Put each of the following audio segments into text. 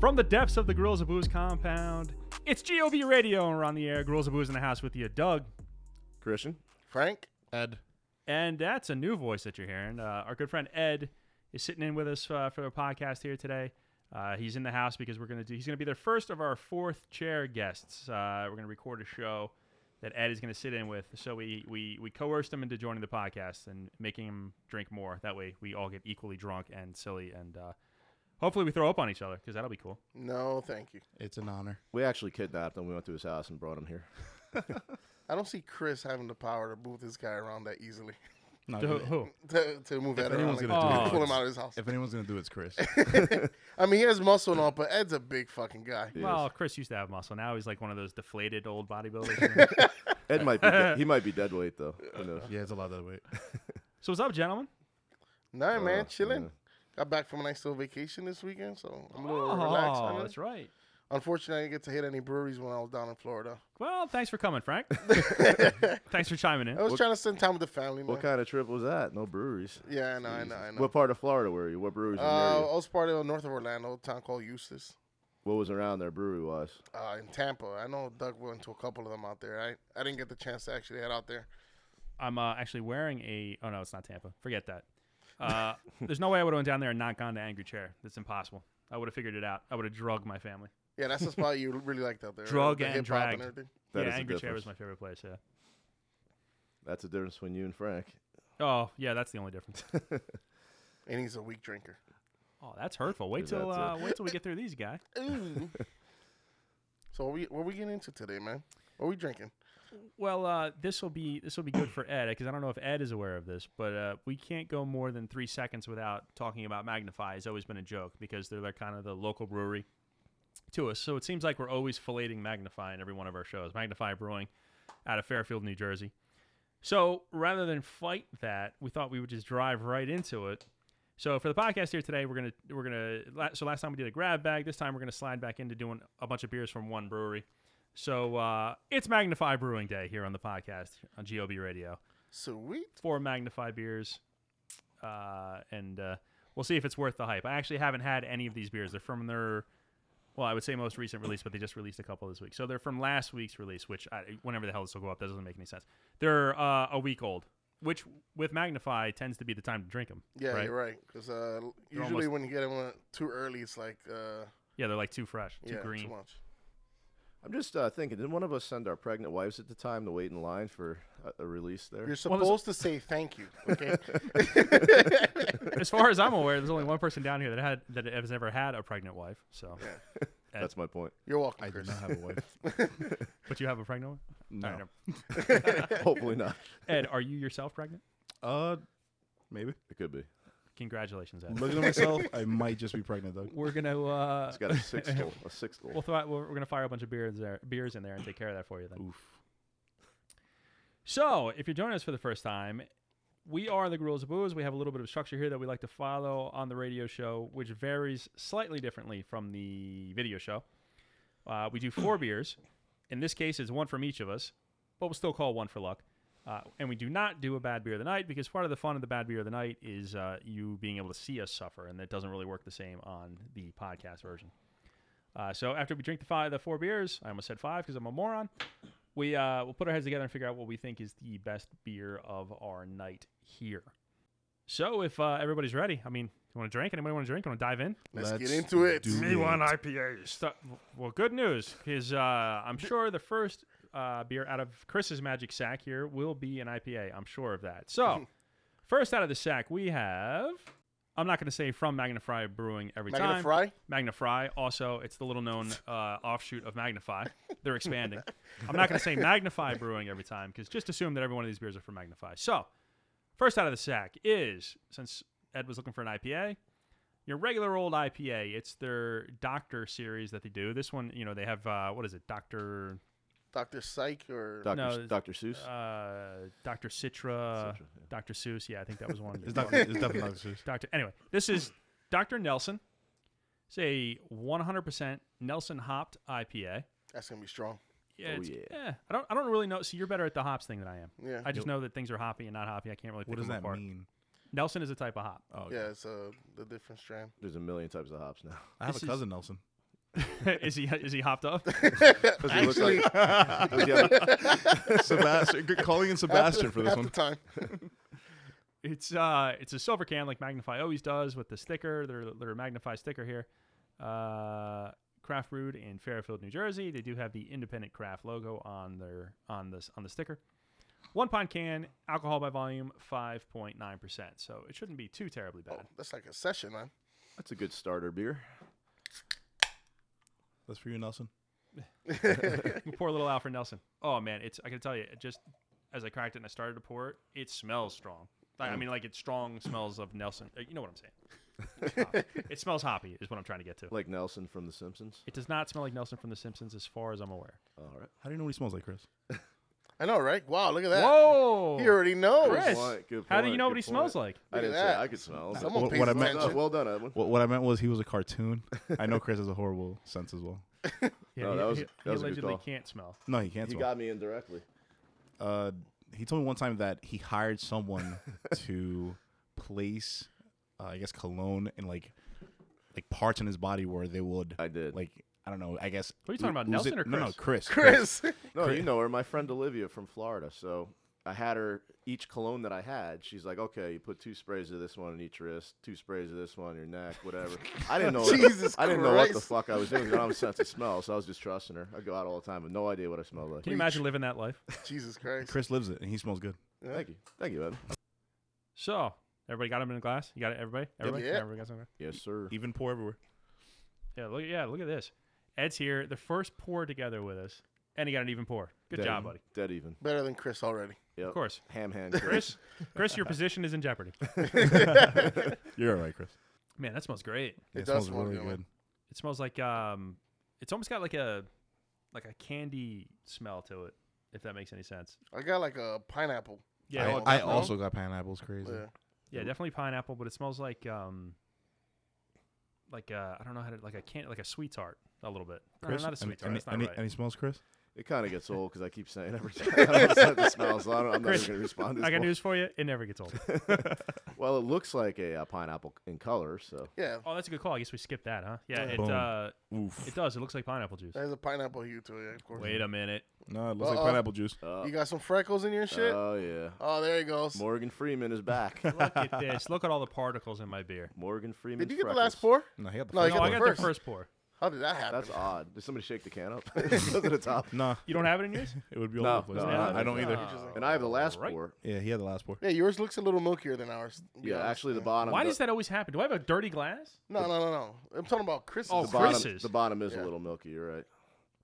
From the depths of the Grills of Booze compound, it's GOB Radio, and we're on the air. Grills of Booze in the house with you, Doug. Christian. Frank? Ed. And that's a new voice that you're hearing. Uh, our good friend Ed is sitting in with us uh, for the podcast here today. Uh, he's in the house because we're gonna do. He's gonna be the first of our fourth chair guests. Uh, we're gonna record a show that Ed is gonna sit in with. So we we we coerced him into joining the podcast and making him drink more. That way we all get equally drunk and silly, and uh, hopefully we throw up on each other because that'll be cool. No, thank you. It's an honor. We actually kidnapped him. We went to his house and brought him here. I don't see Chris having the power to move this guy around that easily. Not Who- gonna- who? to, to move that around. anyone's Like, gonna do it, pull him it's- out of his house. If anyone's gonna do it, it's Chris. I mean, he has muscle and all, but Ed's a big fucking guy. Well, Chris used to have muscle. Now he's like one of those deflated old bodybuilders. Ed might be. de- he might be dead weight though. Who knows? yeah, it's a lot that way. so what's up, gentlemen? No, Uh, man, chilling. yeah. Got back from a nice little vacation this weekend, so I'm a little relaxed. on Oh, it. that's right. Unfortunately, I didn't get to hit any breweries when I was down in Florida. Well, thanks for coming, Frank. thanks for chiming in. I was trying to spend time with the family, man. What kind of trip was that? No breweries. Yeah, I know, I know, I know. What part of Florida were you? What breweries were near Uh, you? I was part of north of Orlando, a town called Eustis, What was around there brewery wise? uh, in Tampa. I know Doug went to a couple of them out there. I, I didn't get the chance to actually head out there. I'm uh, actually wearing a. Oh no, it's not Tampa. Forget that. Uh, there's no way I would have went down there and not gone to Angry Chair. That's impossible. I would have figured it out. I would have drugged my family. Yeah, that's the spot you really liked out there. right? Drug The and hip-hop dragged. everything. That yeah, is the Angry Chair was difference. my favorite place. Yeah. That's the difference between you and Frank. Oh yeah, that's the only difference. And he's a weak drinker. Oh, that's hurtful. Wait Is that till it? uh, wait till we get through these guys. so what we what we getting into today, man? What we drinking? Well, uh, this will be this will be good for Ed because I don't know if Ed is aware of this, but uh, we can't go more than three seconds without talking about Magnify. Has always been a joke because they're like kind of the local brewery to us, so it seems like we're always filleting Magnify in every one of our shows. Magnify Brewing out of Fairfield, New Jersey. So rather than fight that, we thought we would just drive right into it. So for the podcast here today, we're gonna we're gonna la- so last time we did a grab bag. This time we're gonna slide back into doing a bunch of beers from one brewery. So uh, it's Magnify Brewing Day here on the podcast on GOB Radio. Sweet. Four Magnify beers, uh, and uh, we'll see if it's worth the hype. I actually haven't had any of these beers. They're from their, well, I would say most recent release, but they just released a couple this week. So they're from last week's release, which I, whenever the hell this will go up, that doesn't make any sense. They're uh, a week old, which with Magnify tends to be the time to drink them. Yeah, right? you're right. Because uh, usually almost- when you get them too early, it's like uh, Yeah, they're like too fresh, too yeah, green. too much. I'm just uh, thinking. Did one of us send our pregnant wives at the time to wait in line for a, a release there? You're Well, there's- supposed to say thank you. Okay. as far as I'm aware, there's only one person down here that had that has ever had a pregnant wife. So, That's my point. you're welcome, I do Chris. not have a wife. but you have a pregnant one. No. Alright, Hopefully not. Ed, are you yourself pregnant? Uh, maybe. It could be. Congratulations, Ed. Looking at myself, I might just be pregnant though. We're gonna uh, It's got a sixth goal. A sixth we'll goal. throw out, we're, we're gonna fire a bunch of beers there, beers in there, and take care of that for you then. So, if you're joining us for the first time, we are the Gruels of Booze. We have a little bit of structure here that we like to follow on the radio show, which varies slightly differently from the video show. Uh, we do four beers. In this case, it's one from each of us, but we'll still call one for luck. Uh, and we do not do a bad beer of the night because part of the fun of the bad beer of the night is uh, you being able to see us suffer, and that doesn't really work the same on the podcast version. Uh, so after we drink the five, the four beers, I almost said five because I'm a moron. We uh, we'll put our heads together and figure out what we think is the best beer of our night here. So if uh, everybody's ready, I mean, you want to drink? Anybody want to drink? Want to dive in? Let's get into it. do Me it. IPAs. well, good news because uh, I'm sure the first uh, beer out of Chris's magic sack here will be an IPA. I'm sure of that. So, first out of the sack, we have. I'm not going to say from Magnify Brewing every Magna time. Fry? Magnify. Also, it's the little known uh, offshoot of Magnify. They're expanding. I'm not going to say Magnify Brewing every time because just assume that every one of these beers are from Magnify. So, first out of the sack is since Ed was looking for an IPA, your regular old IPA. It's their Doctor series that they do. This one, you know, they have uh, what is it, Doctor Dr. Psych or Dr. No, S- it's- Dr. Seuss. uh, Doctor Citra, Citra, yeah. Doctor Seuss. Yeah, I think that was one. It's definitely, it's definitely not serious. Doctor. Anyway, this is Doctor Nelson. It's a 100% Nelson hopped IPA. that's gonna be strong. Yeah, Oh, it's- yeah. I don't. I don't really know. So you're better at the hops thing than I am. Yeah. I just know that things are hoppy and not hoppy. I can't really. Pick What does them that apart. mean? Nelson is a type of hop. Oh, okay. Yeah, it's uh, the different strand. There's a million types of hops now. I have This a is- cousin Nelson. is he is he hopped up? Does he look like? does he have a- Sebastian, good- calling in Sebastian for this half one. The time. It's uh, it's a silver can like Magnify always does with the sticker. Their their Magnify sticker here. Uh, craft brewed in Fairfield, New Jersey. They do have the independent craft logo on their on this on the sticker. One pint can, alcohol by volume, five point nine percent. So it shouldn't be too terribly bad. Oh, that's like a session, man. that's a good starter beer. That's for you, Nelson. You pour a little out for Nelson. Oh man, it's I can tell you, it just as I cracked it and I started to pour it, it smells strong. Like, I mean, like it's strong smells of Nelson. Uh, You know what I'm saying? Hoppy. it smells hoppy, is what I'm trying to get to. Like Nelson from The Simpsons. It does not smell like Nelson from The Simpsons, as far as I'm aware. All right. How do you know what he smells like, Chris? I know, right? Wow, look at that. Whoa! He already knows. Chris, point, good how do you point, know what good he smells point. like? I Look at didn't that. say I could smell. but- Someone What- pays what I meant- attention. well, well done, Edwin. What, what I meant was he was a cartoon. I know Chris has a horrible sense as well. Yeah, No, he, that was- he- that he was a good allegedly call. can't smell. No, he can't. He smell. got me indirectly. uh, he told me one time that he hired someone to place, uh, I guess, cologne in like like parts in his body where they would. Uh, I did. Like I don't know. I guess. What are you talking about, lose Nelson or No, no, Chris? Chris. Chris. No, you know her, my friend Olivia from Florida. So I had her each cologne that I had. She's like, okay, you put two sprays of this one in each wrist, two sprays of this one on your neck, whatever. I didn't know. Jesus I didn't know what the Christ. fuck I was doing. 'cause I don't have a sense of smell, so I was just trusting her. I go out all the time with no idea what I smell like. Can you imagine living that life? Jesus Christ. Chris lives it, and he smells good. Thank you, thank you, Ed. So, everybody got him in a glass. You got it, everybody. Everybody, Yeah. everybody got something. Yes, sir. Even pour everywhere. Yeah, look, yeah, look at this. Ed's here, the first pour together with us, and he got an even pour. Good Dead job, even. buddy. Dead even. Better than Chris already. Yep. Of course. Ham hand. Chris. Chris, Chris, your position is in jeopardy. You're all right, Chris. Man, that smells great. Yeah, It does smells smell really good, man. good. It smells like um, it's almost got like a, like a candy smell to it, if that makes any sense. I got like a pineapple. Yeah, it- Oh, definitely. I, I also got pineapples. Crazy. Yeah. yeah, definitely pineapple, but it smells like um, like uh, I don't know how to like a can like a sweet tart a little bit. No, Chris, not a any- sweet tart. any- That's not any, right. any smells, Chris? It kind of gets old because I keep saying every time I don't have a sense of smell, so I don't, I'm not Chris, even gonna respond. To this I got one. news for you. It never gets old. Well, it looks like a uh, pineapple in color, so Yeah. oh, that's a good call. I guess we skipped that, huh? Yeah, it Boom. uh, Oof. it does. It looks like pineapple juice. There's a pineapple hue to it, yeah, of course. Wait a minute. No, it looks Uh-oh. like pineapple juice. uh, You got some freckles in your shit? oh yeah. oh, there he goes. Morgan Freeman is back. Look at this. Look at all the particles in my beer. Morgan Freeman. Did you get the freckles. last pour? No, he got the. No, first Oh, you No, got I one. got the their first. first pour. How did that happen? That's odd. Did somebody shake the can up? Look at the top. Nah, You don't have it in yours? it would be all No, over the place. no, I- no, I don't no. either. Oh. And I have the last Right. pour. Yeah, he had the last pour. Yeah, yours looks a little milkier than ours. to be Yeah, honest. actually the Yeah. bottom. Why do- does that always happen? Do I have a dirty glass? No, no, no, no. I'm talking about Chris's. Oh, the Chris bottom? is. The bottom is Yeah. a little milky. You're right.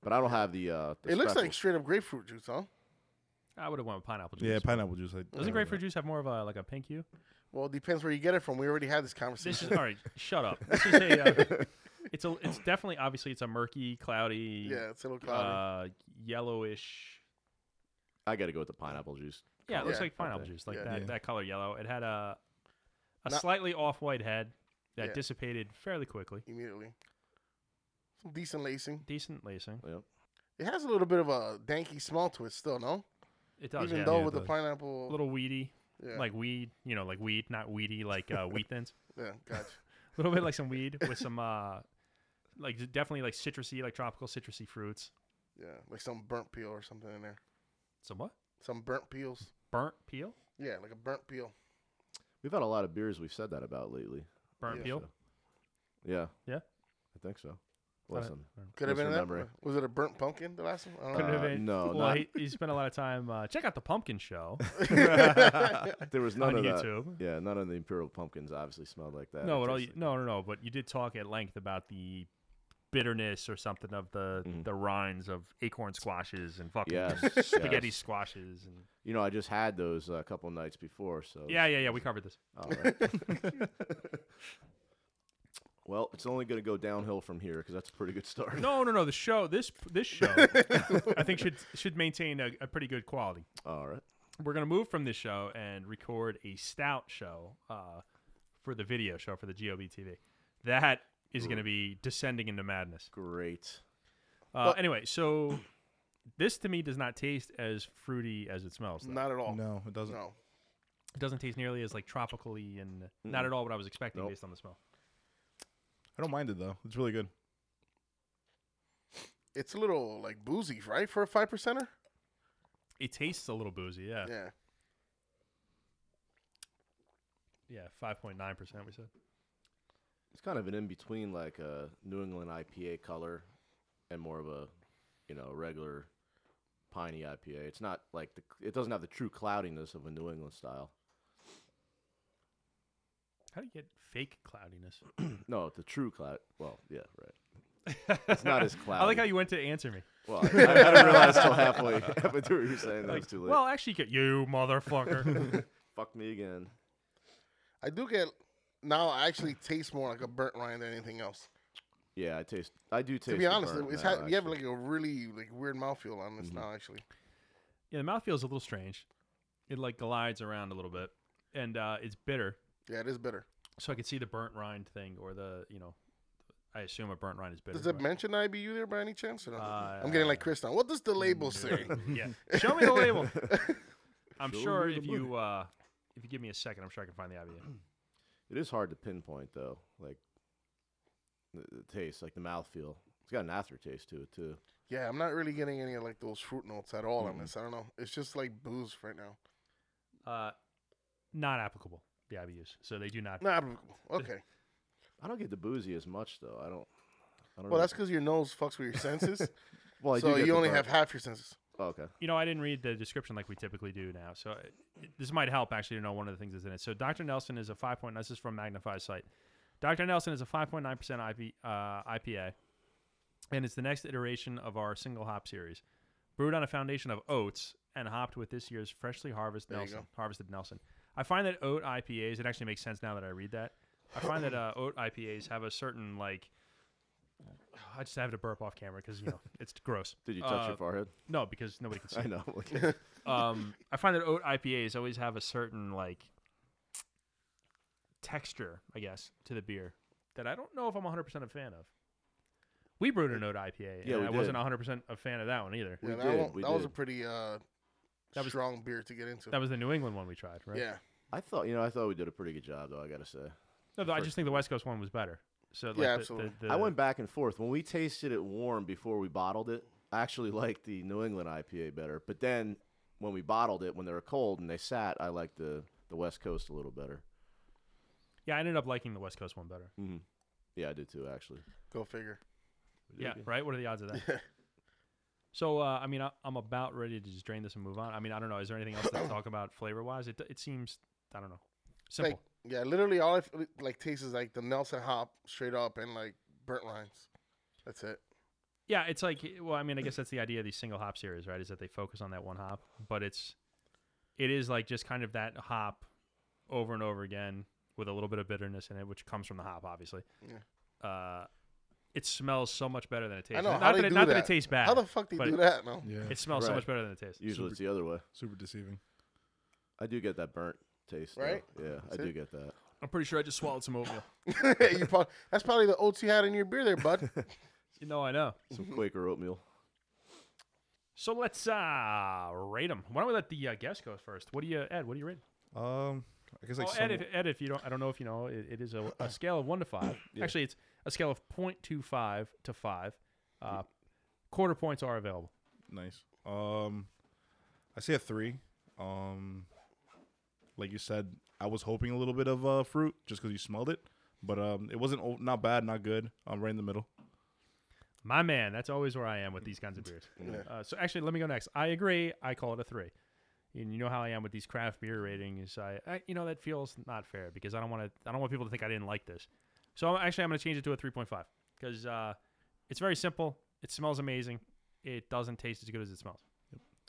But I don't have the. Uh, the It looks like speckles. straight up grapefruit juice, huh? I would have went with pineapple juice. Yeah, pineapple juice. I- Doesn't grapefruit juice have more of a like a pink hue? Well, it depends where you get it from. We already had this This conversation. is all right. Shut up. This is a. Uh, it's a. It's definitely obviously it's a murky, cloudy, yeah, it's a little cloudy. uh, yellowish. I got to go with the pineapple juice. Yeah, it looks Yeah. like pineapple juice, like Yeah. that Yeah. that color yellow. It had a a Not- slightly off white head that Yeah. dissipated fairly quickly. immediately. Some decent lacing. Decent lacing. Yep. It has a little bit of a danky smell to it still, no? It does. Even yeah. though Yeah, it with the does. a pineapple, little weedy, yeah, like weed. You know, like weed, not weedy, like uh, wheat thins. yeah, gotcha. A little bit like some weed with some uh like d- definitely like citrusy, like tropical citrusy fruits. yeah, like some burnt peel or something in there. Some what? Some burnt peels. Burnt peel? Yeah, like a burnt peel. We've had a lot of beers we've said that about lately. Burnt Yeah. peel? Yeah. Yeah? I think so. I Bless don't- him. Could have been that. Misremembering. Was it a burnt pumpkin? The last one. I don't Could know. it have Uh, been- no, well, not- he, he spent a lot of time. Uh, check out the Pumpkin Show There was on none of that. YouTube. Yeah, none of the imperial pumpkins obviously smelled like that. No, or but all you, tasted no, no, no. But you did talk at length about the bitterness or something of the the rinds of acorn squashes and fucking Mm-hmm. Yes, spaghetti yes. squashes and You know, I just had those uh, a couple nights before, so yeah, yeah, yeah. We covered this. All right. well, it's only going to go downhill from here because that's a pretty good start. No, no, no. The show, this this show, I think should should maintain a, a pretty good quality. All right. we're gonna move from this show and record a stout show uh, for the video show for the GOB TV. That is gonna be descending into madness. Great. Uh, anyway, so this to me does not taste as fruity as it smells. though. Not at all. No, it doesn't. No. It doesn't taste nearly as like tropically and not at all what I was expecting Nope. based on the smell. I don't mind it though. It's really good. it's a little like boozy, right, for a five percenter? It tastes a little boozy, yeah. Yeah. Yeah, 5.9%, we said. It's kind of an in between, like a New England IPA color, and more of a, you know, regular piney IPA. It's not like the. It doesn't have the true cloudiness of a New England style. How do you get fake cloudiness? No, the true cloud. Well, yeah, right. It's not as I like cloudy. how you went to answer me. Well, I, I didn't realize till halfway halfway through what you were saying that Like, was too late. well, actually, you, get, you motherfucker. Fuck me again. I do get now. I actually taste more like a burnt rind than anything else. Yeah, I taste. I do taste. to be the honest, burnt it's now, ha- you have actually. like a really like weird mouthfeel on this now. Actually, yeah, the mouth feels a little strange. It like glides around a little bit, and uh, it's bitter. yeah, it is bitter. So I could see the burnt rind thing, or the you know, I assume a burnt rind is bitter. Uh, Does it but- mention IBU there by any chance? Or no? I'm getting like Chris now. What does the label say? Mm, yeah. Show me the label. I'm Show sure me the if you uh, if you give me a second, I'm sure I can find the IBA. It is hard to pinpoint though, like the, the taste, like the mouthfeel. It's got an aftertaste to it too. yeah, I'm not really getting any of like those fruit notes at all Mm. on this. I don't know. It's just like booze right now. Uh, not applicable. The IBUs, so they do not. Nah, I'm- okay. I don't get the boozy as much though. I don't. I don't Well, know. that's because your nose fucks with your senses, well. I do so get you the only burnt- have half your senses. Oh, okay. You know, I didn't read the description like we typically do now, so it, it- this might help actually to know one of the things that's in it. So Dr. Nelson is a five point. This is from Magnify's site. Dr. Nelson is a five point nine percent uh, IPA, and it's the next iteration of our single hop series, brewed on a foundation of oats and hopped with this year's freshly harvested There you Nelson. go. Harvested Nelson. I find that oat IPAs. It actually makes sense now that I read that. I find that uh, oat IPAs have a certain like. I just have to burp off camera because you know it's gross. Did you touch Uh, your forehead? No, because nobody can see. I know. like- um, I find that oat IPAs always have a certain like texture, I guess, to the beer that I don't know if I'm 100 percent a fan of. We brewed an oat IPA, and Yeah, we I wasn't did. 100 percent a fan of that one either. We yeah, that, did, one- we that was a did. pretty uh, That was- strong beer to get into. That was the New England one we tried, right? Yeah, I thought you know. I thought we did a pretty good job though. I gotta say. No, I just think the West Coast one was better. So like, Yeah, the- absolutely. The, the, I went back and forth. When we tasted it warm before we bottled it, I actually liked the New England IPA better. But then when we bottled it, when they were cold and they sat, I liked the, the West Coast a little better. Yeah, I ended up liking the West Coast one better. Yeah, I did too, actually. go figure. Yeah, right. What are the odds of that? So uh, I mean, I, I'm about ready to just drain this and move on. I mean, I don't know. Is there anything else to talk about flavor wise? It it seems I don't know. Simple. Like, yeah, literally all I f- like tastes is like the Nelson hop straight up and like burnt rinds. That's it. Yeah, it's like eh, well, I mean, I guess that's the idea of these single hop series, right? Is that they focus on that one hop, but it's it is like just kind of that hop over and over again with a little bit of bitterness in it, which comes from the hop, obviously. Yeah. Uh, it smells so much better than it tastes. I know not how that they it, do not that. that it tastes bad. How Ah, the fuck do you but do that? No, Yeah, It smells so Right. much better than it tastes. Usually it's the other way. super deceiving. I do get that burnt taste. though. Right? Yeah, I That's do it. get that. I'm pretty sure I just swallowed some oatmeal. you prob- that's probably the oats you had in your beer there, bud. you know, I know. Some Quaker oatmeal. So let's uh rate them. Why don't we let the uh, guest go first? What do you, Ed? What do you rate? 'em? Um, I guess like oh, Ed, if, some- Ed, if you don't, I don't know if you know, it, it is a, a scale of one to five. Actually, it's a scale of 0.25 to five. Uh, quarter points are available. nice. Um, I see a three. Um, like you said, I was hoping a little bit of uh, fruit just because you smelled it, but um, it wasn't o- not bad, not good. I'm right in the middle. My man, that's always where I am with these kinds of beers. Uh, so actually, let me go next. I agree. I call it a three. And you know how I am with these craft beer ratings. I, I you know, that feels not fair because I don't want to. I don't want people to think I didn't like this. So I'm, actually, I'm going to change it to a 3.5 because uh, it's very simple. It smells amazing. It doesn't taste as good as it smells.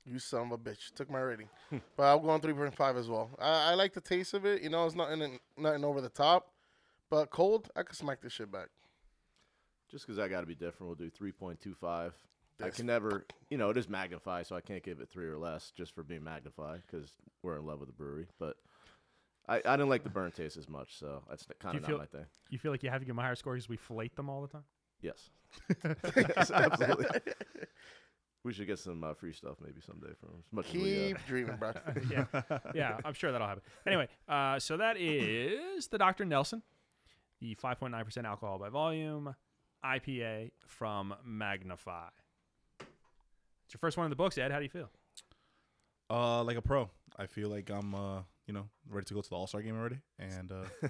you son of a bitch. Took my rating, but I'm going three point five as well. I, I like the taste of it. You know, it's nothing nothing over the top, but cold, I could smack this shit back. Just because I got to be different, we'll do 3.25. I That's- can never, you know, it is magnify, so I can't give it three or less just for being magnified because we're in love with the brewery. But I, I didn't like the burnt taste as much, so that's kind you of not feel- my thing. You feel like you have to give them a higher score because we flate them all the time. Yes. Yes, absolutely. We should get some uh, free stuff maybe someday from him. As much as we, uh, Keep dreaming, bro. yeah, yeah, I'm sure that'll happen. Anyway, uh, so that is the Dr. Nelson, the 5.9% alcohol by volume IPA from Magnify. It's your first one in the books, Ed. How do you feel? Uh, like a pro, I feel like I'm uh, you know, ready to go to the All Star game already, and uh,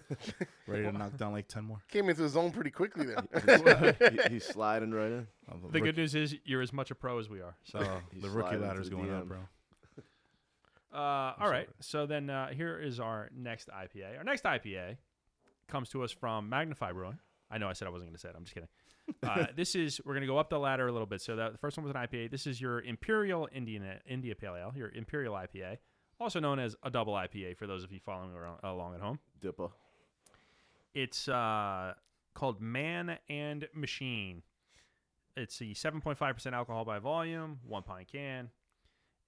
ready to knock down like ten more. Came into his zone pretty quickly then. He- he's sliding right in. Uh, The good news is you're as much a pro as we are. So, uh, He's the rookie sliding to ladder's the going up, DM. bro. uh, all sorry. right. So then uh, here is our next IPA. Our next IPA comes to us from Magnify Brewing. I know I said I wasn't going to say it. I'm just kidding. Uh, this is we're going to go up the ladder a little bit. So that, the first one was an IPA. This is your Imperial Indian India Pale Ale, your Imperial IPA, also known as a double IPA for those of you following around, along at home. Dipper. It's uh, called Man and Machine. It's the 7.5% alcohol by volume, one pint can,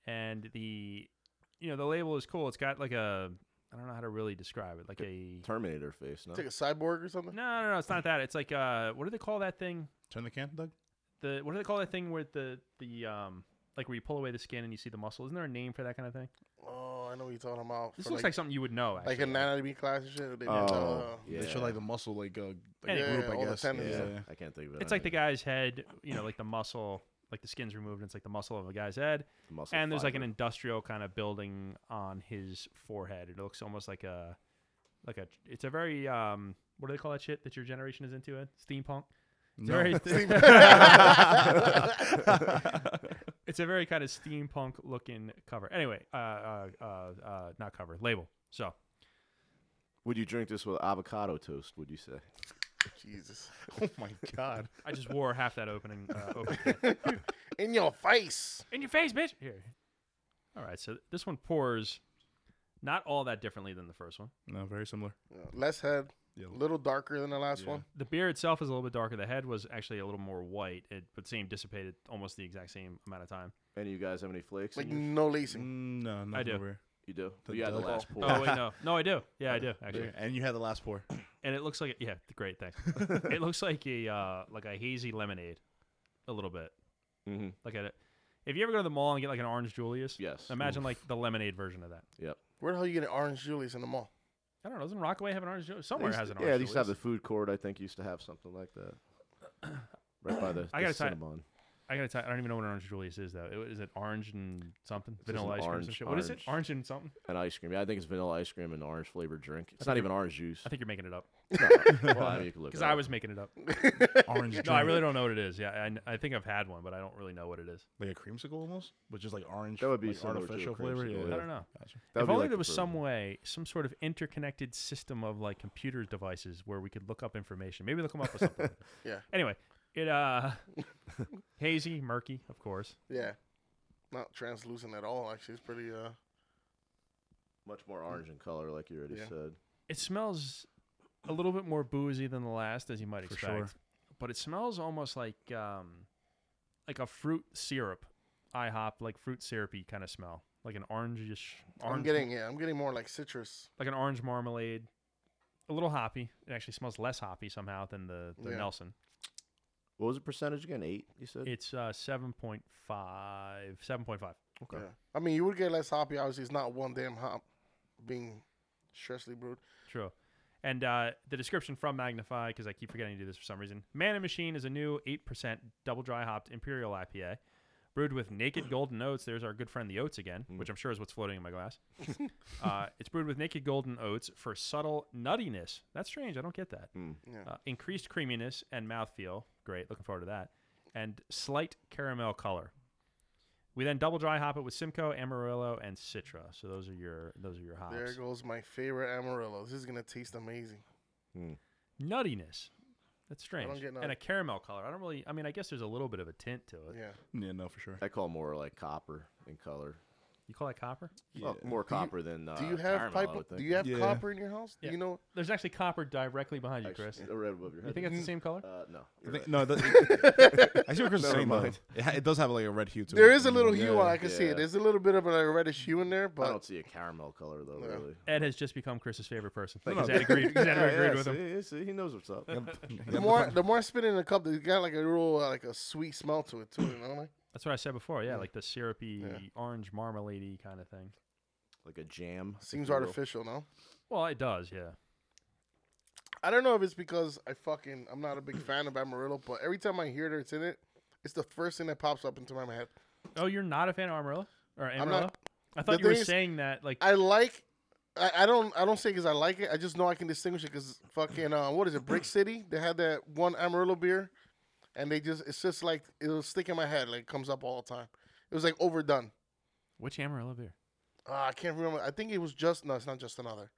and the you know the label is cool. It's got like a I don't know how to really describe it, like a Terminator face. No. It's like a cyborg or something. no no no it's not that. It's like uh what do they call that thing? Turn the can, Doug. The what do they call that thing where the the um like where you pull away the skin and you see the muscle? Isn't there a name for that kind of thing? Oh, I know what you're talking about. This For looks like, something you would know. Actually. like, a anatomy class and shit. They did, uh, Oh, yeah. They show like the muscle, like uh, like Anyway, group, I all the guess. Yeah, tendons, yeah. yeah. I can't think of it. It's like the guy's head, you know, like the muscle, like the skin's removed, and it's like the muscle of a guy's head. The muscle and there's like an fiber. industrial kind of building on his forehead. It looks almost like a like a it's a very um what do they call that shit that your generation is into Ed? steampunk. It's, No. a very, it's a very kind of steampunk looking cover. Anyway, uh, uh, uh, uh, not cover label. So Would you drink this with avocado toast? Would you say? Jesus. Oh my god. I just wore half that opening. Uh, open In your face. in your face, bitch. Here. All right, so this one pours not all that differently than the first one. No, very similar. Yeah, Less head. Yeah. A little darker than the last Yeah. one. The beer itself is a little bit darker. The head was actually a little more white, it, but seemed dissipated almost the exact same amount of time. Any of you guys have any flakes? Like in yours? no lacing. Mm, no, nothing do. over here. you do. the you had the duck. last pour. Oh wait, no, no, I do. Yeah, I do actually. There, And you had the last pour. And it looks like yeah, great, thanks. it looks like a uh, like a hazy lemonade, a little bit. Mhm. Like a, if you ever go to the mall and get like an orange Julius, Yes. imagine like the lemonade version of that. Yep. Where the hell you get an orange Julius in the mall? I don't know. Doesn't Rockaway have an orange Julius? They Somewhere used has to- an Yeah, orange they Julius. used to have the food court. I think used to have something like that. Right by the, I the gotta tell- Cinnabon. I gotta tell. I don't even know what an orange Julius is though. It- Is it orange and something? just an Vanilla ice cream or some orange- shit. What is it? orange. Orange and something. And ice cream. Yeah, I think it's vanilla ice cream and orange flavored drink. It's not even orange juice. I think you're making it up No, well, I mean, you can look it because I up. was making it up. Orange drink. No, I really don't know what it is. Yeah, I, I think I've had one, but I don't really know what it is. like a creamsicle almost, which is like orange. That would be like similar to a artificial flavor. creamsicle, Yeah. I yeah. don't know. Gotcha. That would if only be like there the was first some one. way, some sort of interconnected system of like computer devices where we could look up information. Maybe they'll come up with something. Yeah. Anyway, it uh, hazy, murky, of course. Yeah. Not translucent at all, actually. It's pretty uh much more orange in color, like you already Yeah. said. It smells a little bit more boozy than the last, as you might For expect. sure. But it smells almost like um, like a fruit syrup, IHOP, like fruit syrupy kind of smell, like an orangish. Orange I'm getting yeah, I'm getting more like citrus. like an orange marmalade, a little hoppy. It actually smells less hoppy somehow than the, the Yeah. Nelson. What was the percentage again? Eight, you said. It's uh, 7.5. 7.5. Okay. Yeah. I mean you would get less hoppy, obviously it's not one damn hop being stressly brewed. True. And uh, the description from Magnify, because I keep forgetting to do this for some reason. Man and Machine is a new 8% double dry hopped Imperial IPA brewed with naked golden oats. There's our good friend the oats again, which I'm sure is what's floating in my glass. uh, it's brewed with naked golden oats for subtle nuttiness. That's strange. I don't get that. Hmm. Yeah. uh, increased creaminess and mouthfeel. Great, looking forward to that. And slight caramel color. We then double dry hop it with Simcoe, Amarillo, and Citra. So those are your those are your hops. There goes my favorite Amarillo. This is gonna taste amazing. Nuttiness. That's strange. get And nutty. a caramel color. I don't really. I mean, I guess there's a little bit of a tint to it. Yeah. Yeah, no, for sure. I call more like copper in color. You call that copper? Well, more copper than. Uh, Do you have caramel, I pipe would think. do you have Yeah. copper in your house? Yeah. Do you know There's actually copper directly behind you, Actually, Chris. uh, right above your You head. think it's the same color? Uh, no. I you're think, right. no, the, I see what Chris is saying though. It, mind. ha- it does have like a red hue to it. there is a little Yeah. hue on I can see yeah. it. There's a little bit of a reddish hue in there, I but don't see a caramel color though. No. Really. Ed has just become Chris's favorite person. No, Because no, but- Ed agreed, because Ed Yeah, agreed yeah, with him. see, yeah, see, he knows what's up. the more the more I spit in the cup, it's got like a real uh, like a sweet smell to it too, you know? Like, That's what I said before. Yeah, like the syrupy, Yeah. orange marmalade kind of thing. Like a jam. if seems you will. artificial, no? Well, it does, yeah. I don't know if it's because I fucking I'm not a big fan of Amarillo, but every time I hear that it's in it, it's the first thing that pops up into my head. Oh, you're not a fan of Amarillo or I'm Amarillo? not- I the thought you were thing is- saying that like I like. I, I don't. I don't say because I like it. I just know I can distinguish it because fucking uh, what is it? Brick City. They had that one Amarillo beer, and they just it's just like it'll stick in my head. Like it comes up all the time. It was like overdone. which Amarillo beer? Uh, I can't remember. I think it was just no. It's not just another.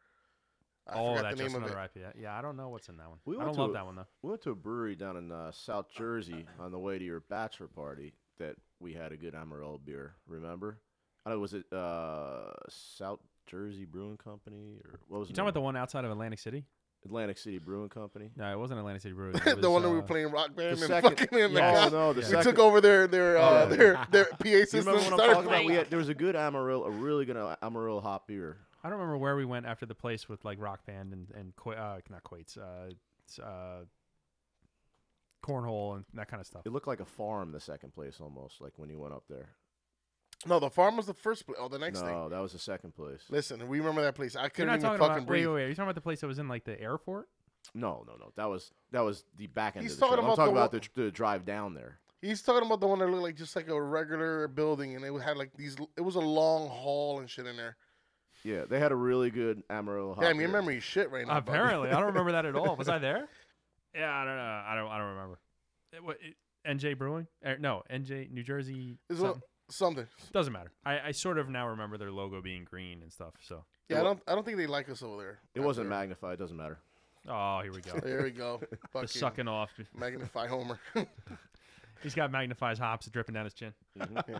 I oh, forgot that's the name just of it. another IPA. Yeah, I don't know what's in that one. We I went don't to love a- that one though. We went to a brewery down in uh, South Jersey on the way to your bachelor party that we had a good Amarillo beer. Remember? I don't, was it uh, South Jersey Brewing Company or what was You it? talking about the one outside of Atlantic City? Atlantic City Brewing Company? No, it wasn't Atlantic City Brewery. the It was, one that we uh, were playing rock band and second- fucking in the Oh cop- no, the We second. took over their their uh, Oh, yeah. their their PA you system. remember what I'm started talking about? We playing. had, there was a good Amarillo, a really good uh, Amarillo hot beer. I don't remember where we went after the place with like rock band and and Qua- uh, not Quates, uh, it's, uh, cornhole and that kind of stuff. It looked like a farm, the second place almost, like when you went up there. No, the farm was the first. Pla- oh, the next thing. No, that was the second place. Listen, we remember that place. I You're couldn't not even talking fucking about wait, breathe. wait, wait. Are you talking about the place that was in like the airport? No, no, no. That was that was the back end He's of the show. talking I'm about talking the about wa- the, the drive down there. He's talking about the one that looked like just like a regular building, and it had like these. It was a long hall and shit in there. Yeah, they had a really good Amarillo hot Damn, beer. your memory's shit right now. buddy. Apparently, I don't remember that at all. Was I there? Yeah, I don't know. I don't. I don't remember. It, wa- it, NJ Brewing? Er, no, NJ New Jersey. It's something. a- something. Doesn't matter. I, I sort of now remember their logo being green and stuff. So, Yeah, I don't. I don't think they like us over there. It wasn't After- magnified. Doesn't matter. oh, here we go. There we go. the Fucking sucking off. magnify Homer. He's got magnifies hops dripping down his chin. Mm-hmm.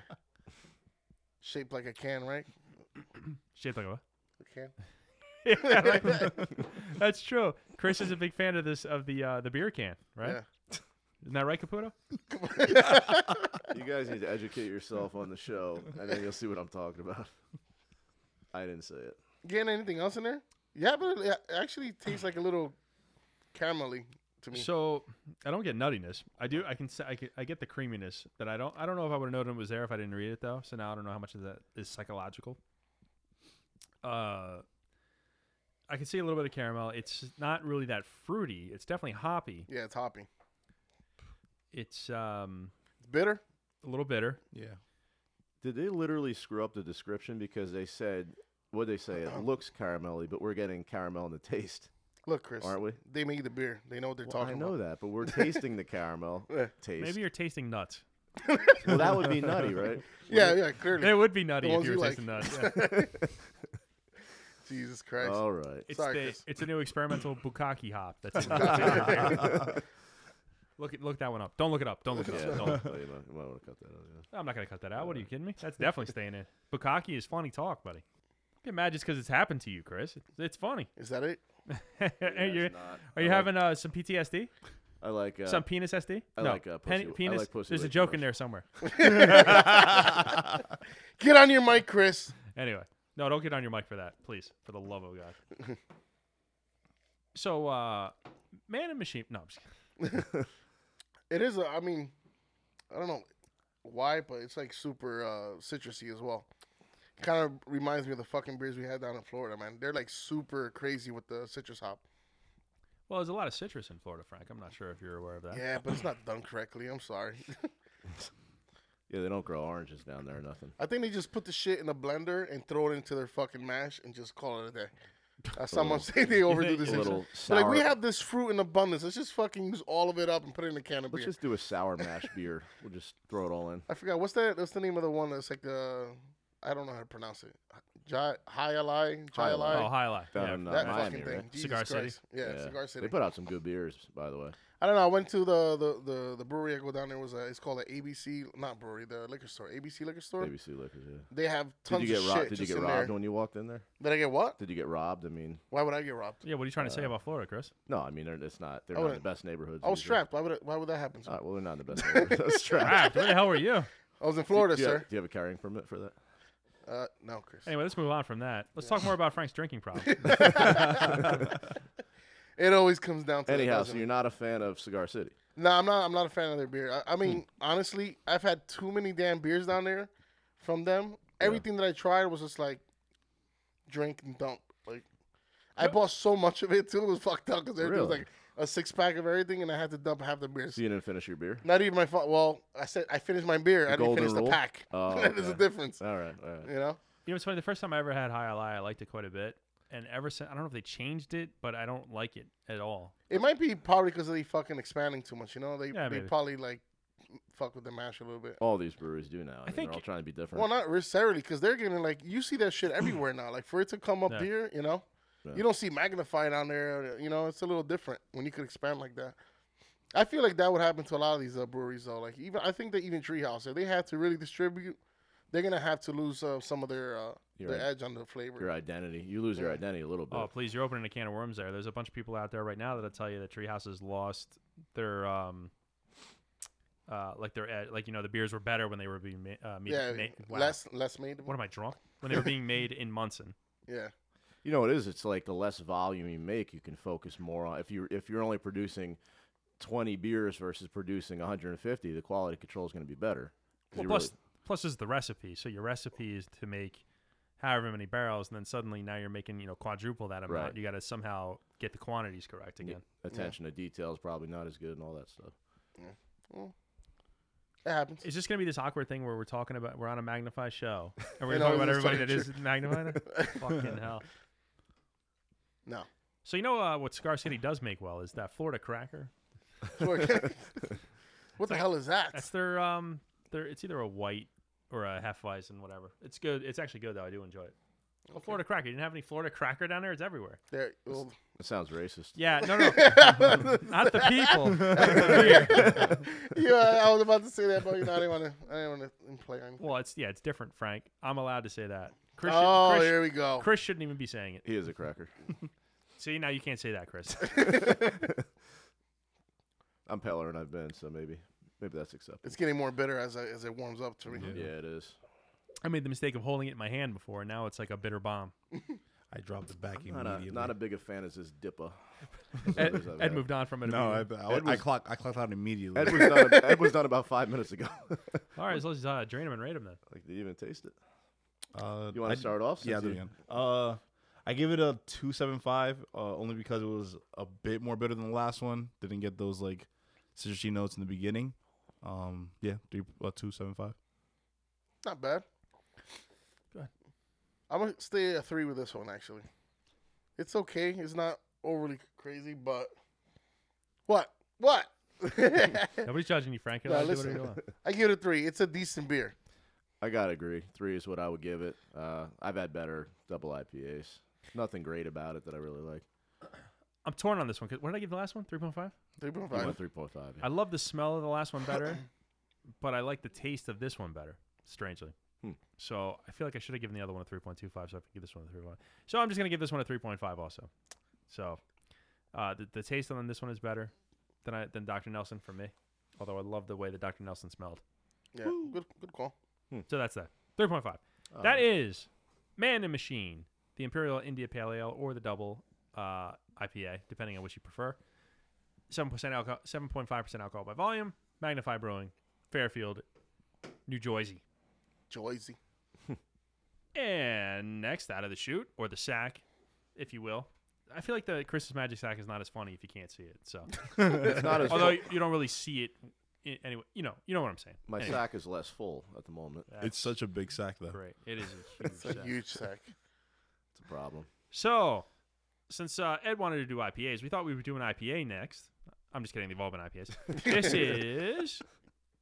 Shaped like a can, right? Shaped like a what? A can. Yeah, like- that's true. Chris is a big fan of this of the uh, the beer can, right? Yeah. Isn't that right, Caputo? You guys need to educate yourself on the show, and then you'll see what I'm talking about. I didn't say it. Getting anything else in there? Yeah, but it it actually tastes like a little caramelly to me. So I don't get nuttiness. I do. I can. s- I, get- I get the creaminess that I don't. I don't know if I would have known it was there if I didn't read it though. So now I don't know how much of that is psychological. Uh, I can see a little bit of caramel. It's not really that fruity. It's definitely hoppy. yeah, it's hoppy. It's um It's bitter. a little bitter. Yeah. Did they literally screw up the description because they said what they say? It looks caramelly, but we're getting caramel in the taste, Look, Chris. aren't we? They made the beer. They know what they're Well, I talking know about. that, but we're tasting the caramel Yeah. taste. Maybe you're tasting nuts. well, that would be nutty, right? Yeah, yeah, clearly. It would be nutty if ones you you were like. tasting nuts. yeah. Jesus Christ. All right. It's Sorry, the, Chris. it's a new experimental bukkake hop. That's in there. look it- look that one up. Don't look it up. Don't look it Yeah, up. no, Don't. you might, you might want to cut that out. Yeah. I'm not gonna cut that out. What are you kidding me? That's definitely staying in. Bukkake is funny talk, buddy. You can imagine just because it's happened to you, Chris. It's, it's funny. Is that it? are it's you, not. are you I like- having uh, some PTSD? I like uh, Some penis SD? I no. like, uh, Pen- Pussy Wi- I penis. like Pussy There's a Wave joke in commercials. there somewhere. Get on your mic, Chris. Anyway, no, don't get on your mic for that, please, for the love of God. so, uh, man and machine. No, I'm just kidding. It is. A, I mean, I don't know why, but it's like super uh, citrusy as well. Kind of reminds me of the fucking beers we had down in Florida, man. They're like super crazy with the citrus hop. well, there's a lot of citrus in Florida, Frank. I'm not sure if you're aware of that. Yeah, but it's not done correctly. I'm sorry. Yeah, they don't grow oranges down there or nothing. I think they just put the shit in a blender and throw it into their fucking mash and just call it a day. Uh, someone say they overdo a the A citrus. little They're sour. Like we have this fruit in abundance. Let's just fucking use all of it up and put it in a can of Let's beer. just do a sour mash beer. We'll just throw it all in. I forgot what's that. What's the name of the one that's like uh, I don't know how to pronounce it. Jai Hialai, Oh, Hialai, high life. Down Yeah. in, uh, that Miami, fucking thing. right? Jesus Cigar City. Christ. Yeah, Cigar City. They put out some good beers, by the way. I don't know. I went to the the, the, the brewery I go down there was a, it's called the ABC not brewery the liquor store ABC liquor store. ABC Liquors. Yeah. They have Did tons you of get robbed? shit Did you just get in robbed there. when you walked in there? Did I get what? Did you get robbed? I mean, Why would I get robbed? Yeah, what are you trying Uh, to say about Florida, Chris? no. I mean, they're, it's not. They're I not the wouldn't- best neighborhoods. I was usually. trapped. Why would it, why would that happen? To All me? right, well, they're not in the best. neighborhoods. I was trapped. Wrapped. Where the hell were you? I was in Do you- Florida, do you have- sir. do you have a carrying permit for that? Uh, no, Chris. Anyway, let's move on from that. Let's talk more about Frank's drinking problem. It always comes down to Anyhow, That, so doesn't it? you're not a fan of Cigar City. No, I'm not. I'm not a fan of their beer. I, I mean, Hmm. honestly, I've had too many damn beers down there from them. Everything that I tried was just like drink and dump. Like, I bought so much of it too. It was fucked up because everything was Really? like a six pack of everything, and I had to dump half the beers. So you didn't finish your beer. Not even my fault. Well, I said I finished my beer. I didn't golden finish rule? the pack. Oh, There's a okay. difference. All right, all right. You know. You know, it's funny. The first time I ever had High Ally, I liked it quite a bit. And ever since, I don't know if they changed it, but I don't like it at all. It might be probably because they fucking expanding too much. You know, they Yeah, they maybe. probably like fuck with the mash a little bit. All these breweries do now. I, mean, think- they're all trying to be different. Well, not necessarily because they're getting like you see that shit everywhere now. Like for it to come up Yeah. here, you know, Yeah. you don't see Magnify down there. uh, You know, it's a little different when you could expand like that. I feel like that would happen to a lot of these uh, breweries though. Like even I think that even Treehouse, if they have to really distribute, they're gonna have to lose uh, some of their uh, Your their id- edge on the flavor. your identity. You lose your Yeah. identity a little bit. Oh, please, you're opening a can of worms there. There's a bunch of people out there right now that'll tell you that Treehouse has lost their um, uh, like their ed- like you know the beers were better when they were being made. Uh, made, yeah, made- wow. less less made. What am I drunk? When they were being made in Munson. Yeah, You know, what it is. It's like the less volume you make, you can focus more on. If you if you're only producing 20 beers versus producing 150, the quality control is going to be better. 'Cause Well, you plus, really- plus is the recipe. So your recipe is to make however many barrels, and then suddenly now you're making you know quadruple that amount. Right. You got to somehow get the quantities correct again. attention to detail is probably not as good and all that stuff. it happens. It's just gonna be this awkward thing where we're talking about we're on a Magnify show and we're You gonna talk know, about it's everybody like- that is Magnify. Fucking hell. No. So you know uh, what Scar City does make well is that Florida cracker. what the hell is that? That's their um, their it's either a white or a Hefeweizen, whatever. It's good. It's actually good though. I do enjoy it. Well, Florida cracker. You didn't have any Florida cracker down there. It's everywhere. There, well, It sounds racist. Yeah. No, no, not the people. yeah, I was about to say that, but you know, I didn't want to. I didn't want to play on. Well, it's yeah, it's different, Frank. I'm allowed to say that. Chris, should- Oh, Chris, here we go. Chris shouldn't even be saying it. He is a cracker. See, now you can't say that, Chris. I'm paler than I've been, so maybe maybe that's acceptable. It's getting more bitter as I, as it warms up to me. Yeah, it is. I made the mistake of holding it in my hand before, and now it's like a bitter bomb. I dropped the back Not immediately. a, not a big a fan as this Dippa. Ed, others I've Ed had. moved on from it. no, I, immediately. I, Ed I was- clock I clocked out immediately. Ed was done. Ed was done about five minutes ago. All right, so let's uh, drain him and rate him then. like, did you even taste it? Uh, You want I- to start off? Yeah, I'll since do you- it again. Uh, I give it a two seven five, uh, only because it was a bit more bitter than the last one. Didn't get those like citrusy notes in the beginning. Um, yeah, three, uh, two seven five. Not bad. Go ahead. I'm gonna stay at three with this one. Actually, it's okay. It's not overly crazy, but what? What? I Nobody's judging you, Frank. You're No, allowed to do listen. whatever you want. give it a three. It's a decent beer. I gotta agree. Three is what I would give it. Uh, I've had better double IPAs. Nothing great about it that I really like. I'm torn on this one. 'cause What did I give the last one? 3.5? Three point You five. went three point five. I love the smell of the last one better, but I like the taste of this one better, strangely. Hmm. So I feel like I should have given the other one a 3.25, so I have to give this one a 3.1. So I'm just going to give this one a 3.5 also. So uh, the, the taste on this one is better than, I, than Dr. Nelson for me, although I love the way that Dr. Nelson smelled. Yeah, good, good call. So that's that. 3.5. That is Man and Machine, the Imperial India Pale Ale or the Double uh, IPA, depending on which you prefer. Seven percent alcohol, seven point five percent alcohol by volume. Magnify Brewing, Fairfield, New Jersey. Joyzy. And next out of the chute or the sack, if you will. I feel like the Christmas Magic sack is not as funny if you can't see it. So, It's not as although full. you you don't really see it i- anyway, you know, you know what I'm saying. my Anyway, sack is less full at the moment. It's that's It's such a big sack though. great. It is a huge It's a sack. huge sack. a problem. So, since uh, Ed wanted to do IPAs, we thought we would do an IPA next. I'm just kidding. They've all been IPAs. this is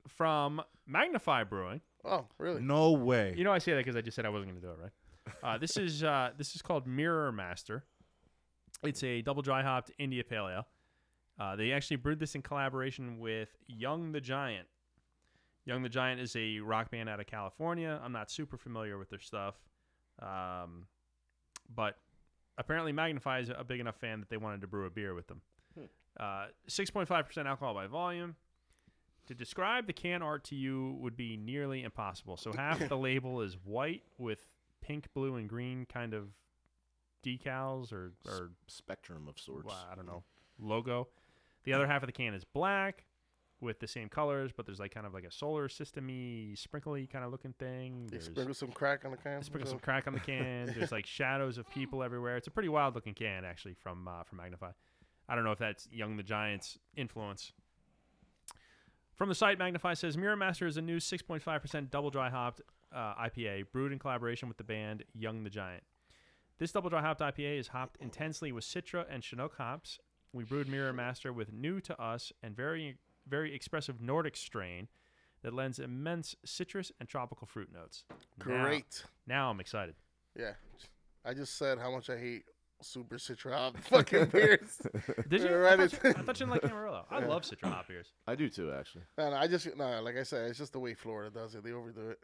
from Magnify Brewing. Oh, really? No way. You know, I say that because I just said I wasn't going to do it, right? Uh, this is uh, this is called Mirror Master. It's a double dry hopped India Pale Ale. Uh, they actually brewed this in collaboration with Young the Giant. Young the Giant is a rock band out of California. I'm not super familiar with their stuff, um, but apparently Magnify is a big enough fan that they wanted to brew a beer with them. Uh, 6.5% alcohol by volume. To describe the can art to you would be nearly impossible. So half the label is white with pink, blue, and green kind of decals or, or Spectrum of sorts. well, I don't know logo. The other half of the can is black with the same colors, but there's like kind of like a solar systemy sprinkly kind of looking thing. They There's sprinkle some crack on the can. they sprinkle some crack on the can. There's like shadows of people everywhere. It's a pretty wild looking can actually from uh, from Magnify. I don't know if that's Young the Giant's influence. From the site, Magnify says Mirror Master is a new 6.5% double dry hopped uh, IPA brewed in collaboration with the band Young the Giant. This double dry hopped IPA is hopped intensely with Citra and Chinook hops. We brewed Mirror Master with new to us and very very expressive Nordic strain that lends immense citrus and tropical fruit notes. Now- Great. now I'm excited. Yeah. I just said how much I hate super citra hop fucking beers. Did you? Right, I, it's- thought you I thought you didn't like Amarillo. I love Citra hop beers. I do too, actually. no, no, I just no, like I said, it's just the way Florida does it. They overdo it.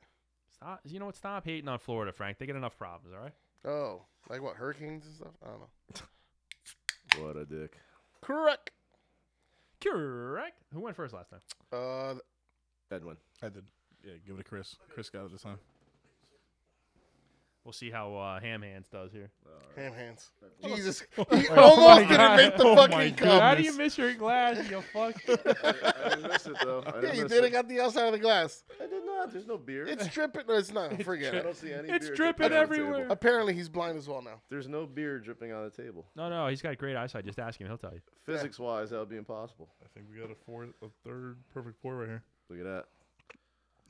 Stop. You know what? Stop hating on Florida, Frank. They get enough problems. All right. Oh, like what hurricanes and stuff? I don't know. What a dick. Correct. Correct. Who went first last time? Uh, Edwin. I did. Yeah, give it to Chris. Chris got it this time. We'll see how uh, Ham Hands does here. ham hands. Jesus, he almost didn't make the Oh my fucking goodness. cup. Miss- miss your glass? You fuck. I didn't miss it though. I Yeah, didn't you miss did. it. It got the outside of the glass. I did not. There's no beer. It's dripping. No, it's not. Forget I it. don't see any. It's beer dripping dripping on the table. everywhere. Apparently, he's blind as well now. There's no beer dripping on the table. no, no. He's got great eyesight. Just ask him. He'll tell you. Physics wise, that would be impossible. I think we got a fourth, a third perfect pour right here. Look at that.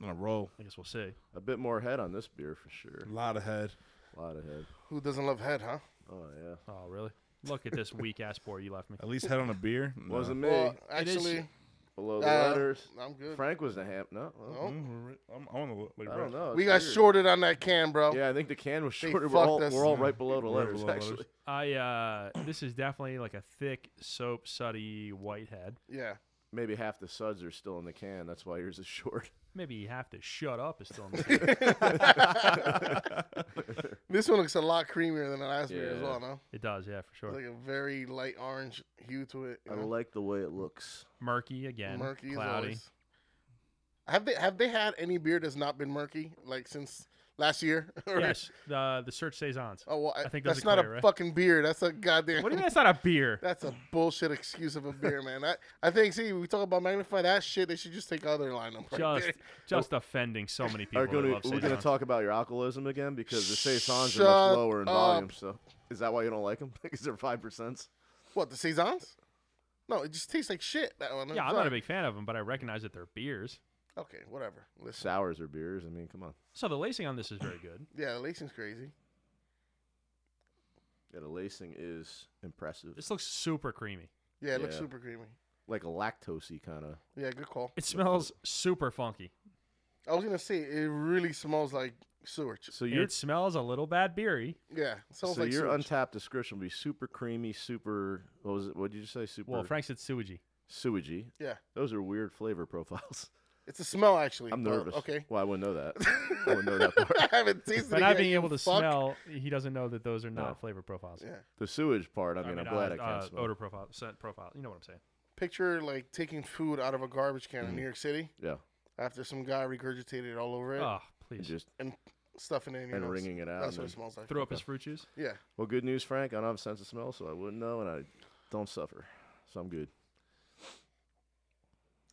On a roll. I guess we'll see. A bit more head on this beer for sure. A lot ahead. A lot of head. Who doesn't love head, huh? Oh yeah. Oh, really? Look at this weak ass pour you left me. At least head on a beer. No. Wasn't me. Well, It is- actually, Below the uh, letters. I'm good. Frank was the ham. No. well, Nope. Mm, we're right- I'm, I'm on the like, I don't right- know. we got It's weird. shorted on that can, bro. Yeah, I think the can was They shorter. We're all, fucked us. we're all right below the We're letters, below the actually. letters. I uh, this is definitely like a thick soap suddy whitehead. Yeah. Maybe half the suds are still in the can. That's why yours is short. Maybe you have to shut up is still in the can. This one looks a lot creamier than the last beer as Yeah. well, no? It does, yeah, for It's sure. like a very light orange hue to it. you know? like the way it looks. Murky again. murky as cloudy. always. Have they have they had any beer that's not been murky like since last year? Or- Yes, the the search saisons. Oh well, I, I think think those that's are not clear, a right? fucking beer. That's a goddamn. What do you mean that's not a beer? That's a bullshit excuse of a beer, man. I, I think see we talk about magnify that shit. They should just take out their lineup. Right Just there. just offending so many people. Are that going love we're going to saisons. talk about your alcoholism again because the saisons are Shut much lower in up. volume. So is that why you don't like them? Because they're five percent. What the saisons? No, it just tastes like shit. That one. Yeah, I'm sorry. not a big fan of them, but I recognize that they're beers. Okay, whatever. Listen, Sours or beers? I mean, come on. So the lacing on this is very good. yeah, the lacing's crazy. Yeah, the lacing is impressive. This looks super creamy. Yeah, it looks Yeah. super creamy. like a lactosey kind of. Yeah, good call. It smells super funky. I was gonna say it really smells like sewage. So you're It smells a little bad beery. Yeah, it so smells like your sewage. untapped description would be super creamy, super. What was it? What did you say? Super Well, Frank said sewagey. sewagey. Yeah. Those are weird flavor profiles. It's a smell, actually. I'm but nervous. Oh, okay. Well, I wouldn't know that. I wouldn't know that part. I haven't tasted But it not yet, being you able to fuck. smell, he doesn't know that those are not No. flavor profiles. Yeah. The sewage part. I mean, I am uh, glad I can't uh, smell. odor profile, scent profile. You know what I'm saying? Picture like taking food out of a garbage can Mm. in New York City Yeah. after some guy regurgitated it all over it, Oh, And please. just stuffing it in your and nose. wringing it out. That's and what it then- smells like. Throw up his fruit juice. Yeah. well, good news, Frank. I don't have a sense of smell, so I wouldn't know, and I don't suffer, so I'm good.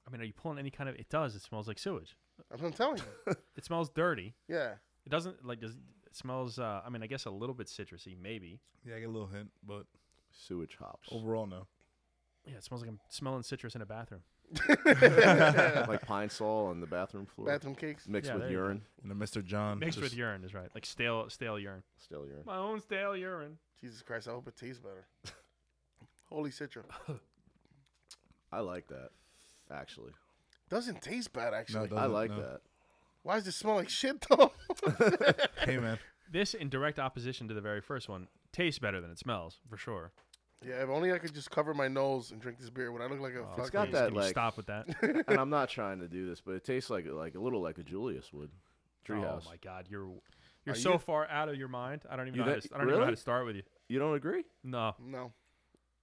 I mean, are you pulling any kind of? It does. It smells like sewage. That's what I'm telling you. It smells dirty. Yeah. It doesn't like. Does it smells? Uh, I mean, I guess a little bit citrusy, maybe. Yeah, I get a little hint, but Sewage hops, Oh, overall, no. Yeah, it smells like I'm smelling citrus in a bathroom. like pine sol on the bathroom floor, Bathroom cakes. mixed Yeah, with there you go. urine, And a Mr. John. Mixed with just- urine is right, like stale, stale urine. still urine. My own stale urine. Jesus Christ, I hope it tastes better. Holy citra. I like that, actually. Doesn't taste bad, actually. doesn't. I Doesn't- like no. that. Why does it smell like shit, though? Hey, man. This, in direct opposition to the very first one, tastes better than it smells for sure. yeah, if only I could just cover my nose and drink this beer. Would I look like Oh, a fucking. It's got Please, that Uh, can we like, stop with that? and I'm not trying to do this, but it tastes like like a little like a Julius would. Treehouse. Oh my god, you're you're Are so you- far out of your mind. I don't even You know how don't- to, I don't even know how really? to start with you. you don't agree? No, No,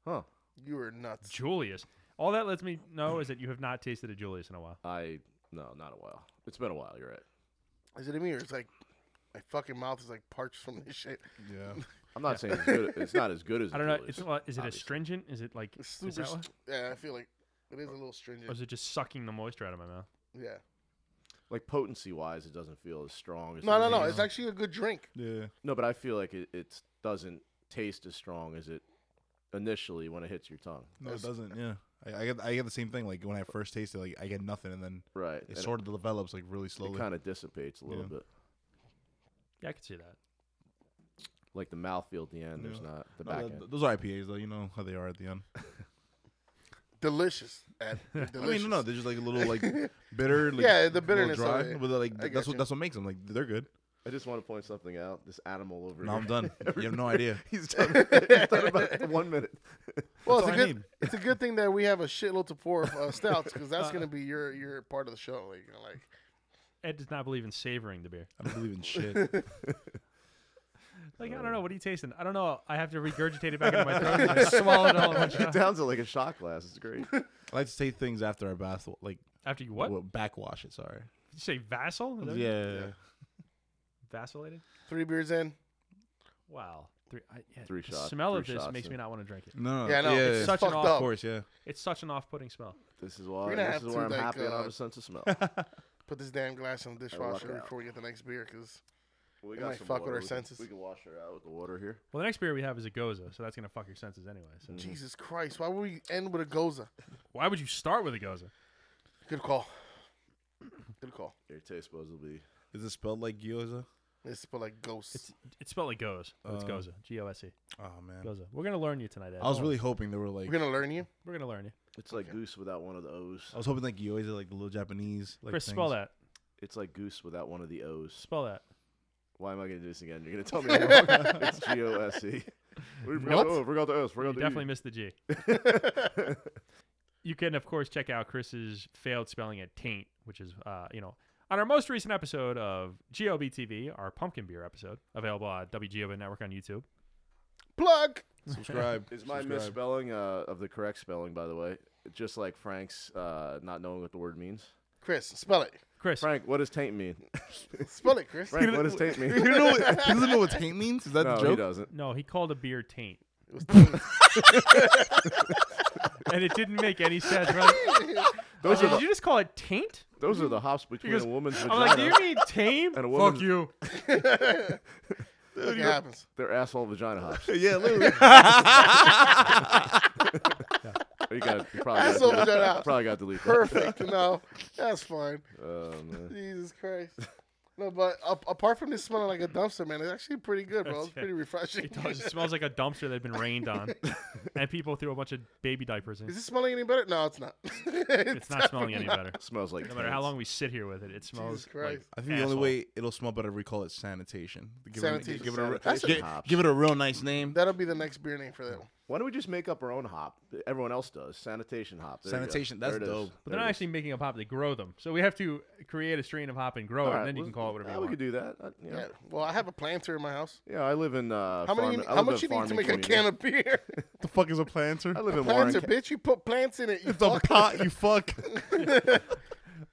Huh? you are nuts. Julius. All that lets me know is that you have not tasted a Julius in a while. I no, not a while. It's been a while. You're right. Is it me or it's like my fucking mouth is like parched from this shit? Yeah. I'm not saying it's, good, it's not as good as. I a don't know. Julius, It's, well, is it obviously. astringent? Is it like It's is super. that what? st- yeah, I feel like it is a little stringent. Or is it just sucking the moisture out of my mouth? yeah. like potency wise, it doesn't feel as strong as. No, the no, no. Julius. It's actually a good drink. Yeah. No, but I feel like it, it doesn't taste as strong as it initially when it hits your tongue. No, it doesn't. Yeah, I, I get I get the same thing. Like when I first taste it, like I get nothing, and then Right. it sort of develops like really slowly. kind of dissipates a little Yeah. bit. Yeah, I can see that. Like the mouthfeel at the end, there's Yeah. not the No, back th- end. th- those are IPAs though. You know how they are at the end. Delicious. Ed. They're I delicious. mean, no, they're just like a little like bitter. Like, Yeah, the a little bitterness of Dry, it. but like I that's got what you. that's what makes them like they're good. I just want to point something out. This animal over No, here. I'm done. you have no idea. He's done. He's done about one minute. Well, it's a That's all I good. need. It's a good thing that we have a shitload to pour of uh, stouts because that's gonna be your your part of the show. Like, you know, like Ed does not believe in savoring the beer. I don't believe in shit. Like, I don't Oh. know. What are you tasting? I don't know. I have to regurgitate it back into my throat and I swallow it all in one It shot. downs it like a shot glass. It's great. I like to say things after I bath, like After you what? Did well, backwash it. Sorry. you say vassal? Is that Yeah. what- yeah. Vacillated? three beers in. Wow. Three, I, yeah, Three the shots- smell three of this shots makes me in. not want to drink it. No. Yeah, I know. Uh, Yeah. it's yeah. such an fucked off. of course. Yeah. It's such an off-putting smell. This is why. We're gonna This have is to, where I'm like, happy I don't have uh, a sense of smell. Put this damn glass in the dishwasher out. before we get the next beer because We It might some fuck with water. We our can- senses. We can wash her out with the water here. Well, the next beer we have is a Goza, so that's going to fuck your senses anyway. So. Mm. Jesus Christ, why would we end with a goza? Why would you start with a Goza? Good call. Good call. Your taste buds will be. Is it spelled like gyoza? It's but like ghosts. It's it's spelled like goes. but it's Uh, Goza. G O S E. Oh man. Goza. We're gonna learn you tonight, Ed. I was Don't worry. really hoping there were like We're gonna learn you. We're gonna learn you. It's like goose without one of the O's. I was hoping like gyoza like the little Japanese like Chris, things. spell that. It's like goose without one of the O's. Spell that. Why am I gonna do this again? You're gonna tell me I'm wrong. it's G O S E. We forgot the O. Forgot the S. You Forgot the definitely E. missed the G. you can of course check out Chris's failed spelling at taint, which is uh, you know, on our most recent episode of GOBTV, our pumpkin beer episode, available at WGOB Network on YouTube. Plug. Subscribe. Is my Subscribe. misspelling uh, of the correct spelling, by the way, just like Frank's uh, not knowing what the word means? Chris, spell it. Chris, Frank, what does taint mean? Spell it, Chris. Frank, what does taint mean? You know what, he doesn't know what taint means. Is that no, the he joke? doesn't. no, he called a beer taint, It was taint. and it didn't make any sense. We're like, Those are Did the, Oh, you just call it taint? those are the hops between Because a woman's vagina I'm like, do you mean taint? and a Fuck woman's you. Look, it happens. their asshole vagina hops. yeah, literally. You got you probably Asshole got vagina hops. probably got to delete that. Perfect. No, that's fine. Oh, man. Jesus Christ. No, but a- apart from this smelling like a dumpster, man, it's actually pretty good, bro. It's pretty refreshing. It does. It smells like a dumpster that had been rained on, and people threw a bunch of baby diapers in. Is it smelling any better? No, it's not. It's not smelling any better. Smells like No matter how taints. long we sit here with it, it smells like Christ. I think the asshole. only way it'll smell better if we call it sanitation. Give Sanitation. It, give, it a, That's gi- a top. give it a real nice name. That'll be the next beer name for that one. Why don't we just make up our own hop? Everyone else does. Sanitation hop. There you go. Sanitation, that's There it is. dope. But they're There not it is. actually making up hop; they grow them. So we have to create a strain of hop and grow it, All and then you right, can call it whatever yeah, you we want. could do that. I- yeah. Yeah. Well, I have a planter in my house. Yeah, I live in. Uh, How many? farm- I how live in much you need to farming make community. a can of beer? What the fuck is a planter? I live in Warren. planter, bitch. You put plants in it. You It's a fuck. pot, you fuck.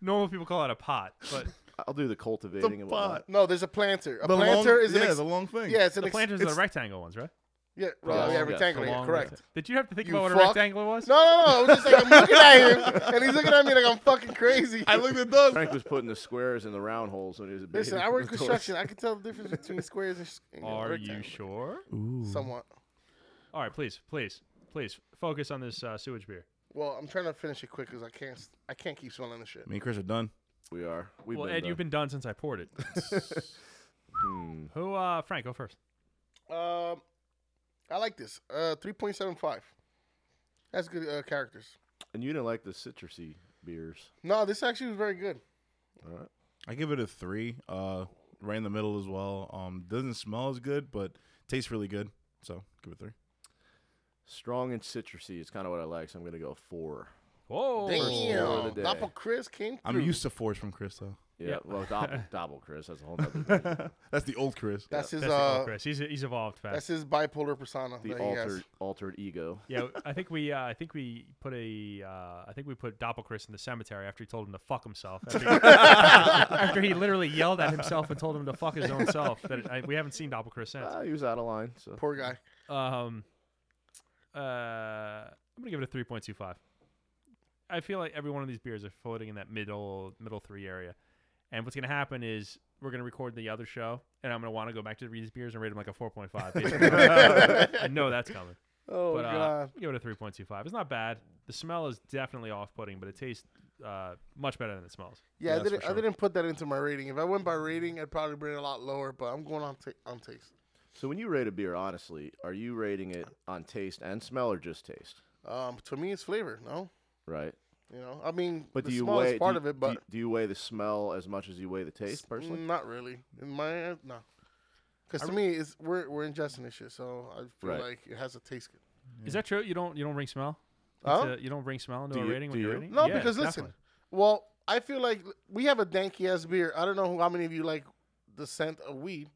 Normal people call it a pot, but Ca- I'll do the cultivating. and whatnot. pot. No, there's a planter. A The planter long, is an yeah, ex- the long thing. yeah, it's an the ex- planters are the it's- rectangle ones, right? yeah, Yes, right, yeah, yes, rectangular. The yeah, long correct. rectangle. Did you have to think You about what a fuck. rectangular was? No, no, no. I was just like I'm looking at him, and he's looking at me like I'm fucking crazy. I looked at Doug. Frank was putting the squares in the round holes when he was a baby. Listen, I work Of course. construction. I can tell the difference between squares and. s- and Are you rectangle. sure? Somewhat. All right, please, please, please focus on this uh, sewage beer. Well, I'm trying to finish it quick because I can't. s- I can't keep smelling this shit. Me and Chris are done. We are. We've well, been Ed, you've done. been done since I poured it. Hmm. Who, uh, Frank, go first. Um, I like this. Uh, three point seven five. That's good uh, characters. And you didn't like the citrusy beers. No, this actually was very good. All right. I give it a three. Uh, right in the middle as well. Um, doesn't smell as good, but tastes really good. So give it a three. Strong and citrusy is kind of what I like, so I'm gonna go four. Whoa! Four Damn, Oh. of the day. Doppel Chris came I'm through. used to fours from Chris though. Yeah. Yeah. Well, double, double, Chris. That's a whole nother. thing. That's the old Chris. That's his. That's the call, Uh, Chris. He's, he's evolved fast. that's his bipolar persona. The that he has. altered altered ego. Yeah, I think we uh, I think we put a uh, I think we put Doppelchris in the cemetery after he told him to fuck himself. After he, after he literally yelled at himself and told him to fuck his own self. That I, we haven't seen Doppelchris Ah, he was out of line. So Poor guy. since. Um, uh, I'm gonna give it a three point two five. I feel like every one of these beers are floating in that middle middle three area, and what's gonna happen is we're gonna record the other show, and I'm gonna want to go back to these beers and rate them like a four point five. I know that's coming. Oh but uh, god. give it a 3.25. It's not bad. The smell is definitely off-putting, but it tastes uh, much better than it smells. Yeah, that's I for didn't. sure. I didn't put that into my rating. If I went by rating, I'd probably rate it a lot lower. But I'm going on ta- on taste. So when you rate a beer, honestly, are you rating it on taste and smell or just taste? Um, to me, it's flavor. No, Right. you know. I mean, But the do you smell weigh is part do you- of do you- it, but mm, do, you weigh the smell as much as you weigh the taste personally? not really. In my no, because to me, it's we're we're ingesting this shit, so I feel Right. like it has a taste. Good. Is that true? You don't you don't bring smell? Huh? Into- you don't bring smell into Do a you- rating do when you're you? rating? No, Yeah, because listen, definitely. well, I feel like we have a danky ass beer. I don't know who- how many of you like the scent of weed,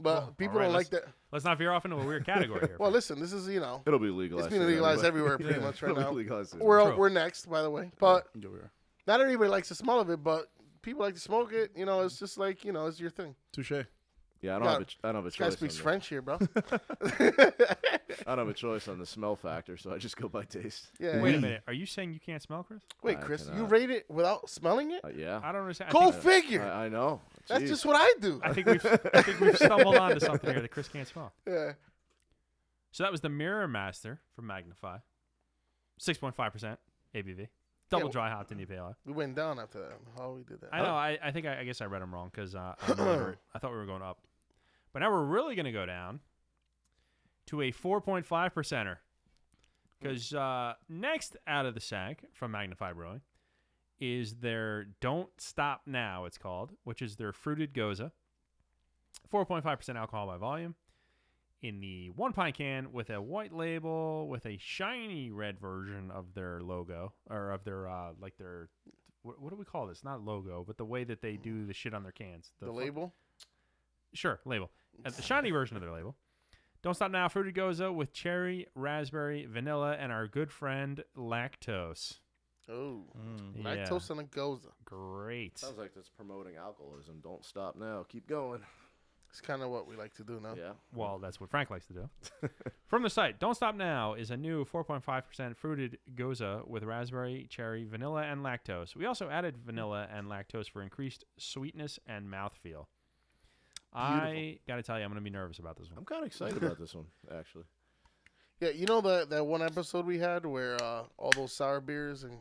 but Well, people all right, don't like let's- that. Let's not veer off into a weird category here. Well, listen, this is you know, It'll be legalized. it's being soon legalized anyway. everywhere pretty much right It'll be now. legalized soon. We're True. we're next, by the way, but Yeah, we are. not everybody likes the smell of it, but people like to smoke it. You know, it's just like you know, it's your thing. Touche. yeah, I don't God, have a, ch- I don't have a This guy choice. speaks on French here, bro. The, I don't have a choice on the smell factor, so I just go by taste. Yeah. Wait a We- minute. Are you saying you can't smell, Chris? Wait, I Chris, you cannot. rate it without smelling it? Uh, yeah. I don't understand. I Go think- uh, figure. I, I know. That's Jeez. just what I do. I think we've I think we've stumbled onto something here that Chris can't smell. yeah. So that was the Mirror Master from Magnify, six point five percent ABV, double Yeah, wh- dry hopped E India Pale Ale. We went down after that. How we did that? I know. I, I think I, I guess I read them wrong because uh, I, remember- I thought we were going up, but now we're really going to go down to a four point five percenter. Because uh, next out of the sack from Magnify Brewing is their "Don't Stop Now" it's called, which is their fruited goza, four point five percent alcohol by volume, in the one pint can with a white label with a shiny red version of their logo or of their uh, like their what, what do we call this? Not logo, but the way that they do the shit on their cans. The, fu- label. Sure, label. At the shiny version of their label. Don't stop now, fruited goza with cherry, raspberry, vanilla, and our good friend lactose. Oh, Mm. Yeah. lactose and a goza. Great. Sounds like that's promoting alcoholism. Don't stop now. Keep going. It's kind of what we like to do now. Yeah. Well, that's what Frank likes to do. From the site, Don't Stop Now is a new 4.5% fruited goza with raspberry, cherry, vanilla, and lactose. We also added vanilla and lactose for increased sweetness and mouthfeel. I got to tell you, I'm going to be nervous about this one. I'm kind of excited about this one, actually. Yeah, you know that that one episode we had where uh, all those sour beers and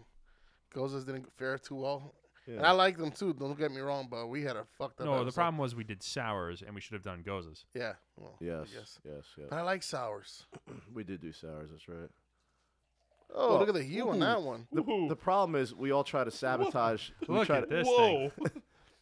gozas didn't fare too well. And Yeah. I like them too. Don't get me wrong, but we had a fucked up. No, the episode. problem was we did sours and we should have done gozas. Yeah. Well, Yes, Yes. yes. Yes. But I like sours. We did do sours. That's right. Oh, Well, look at the hue on that one. The, the problem is we all try to sabotage. We Look try at to, this thing.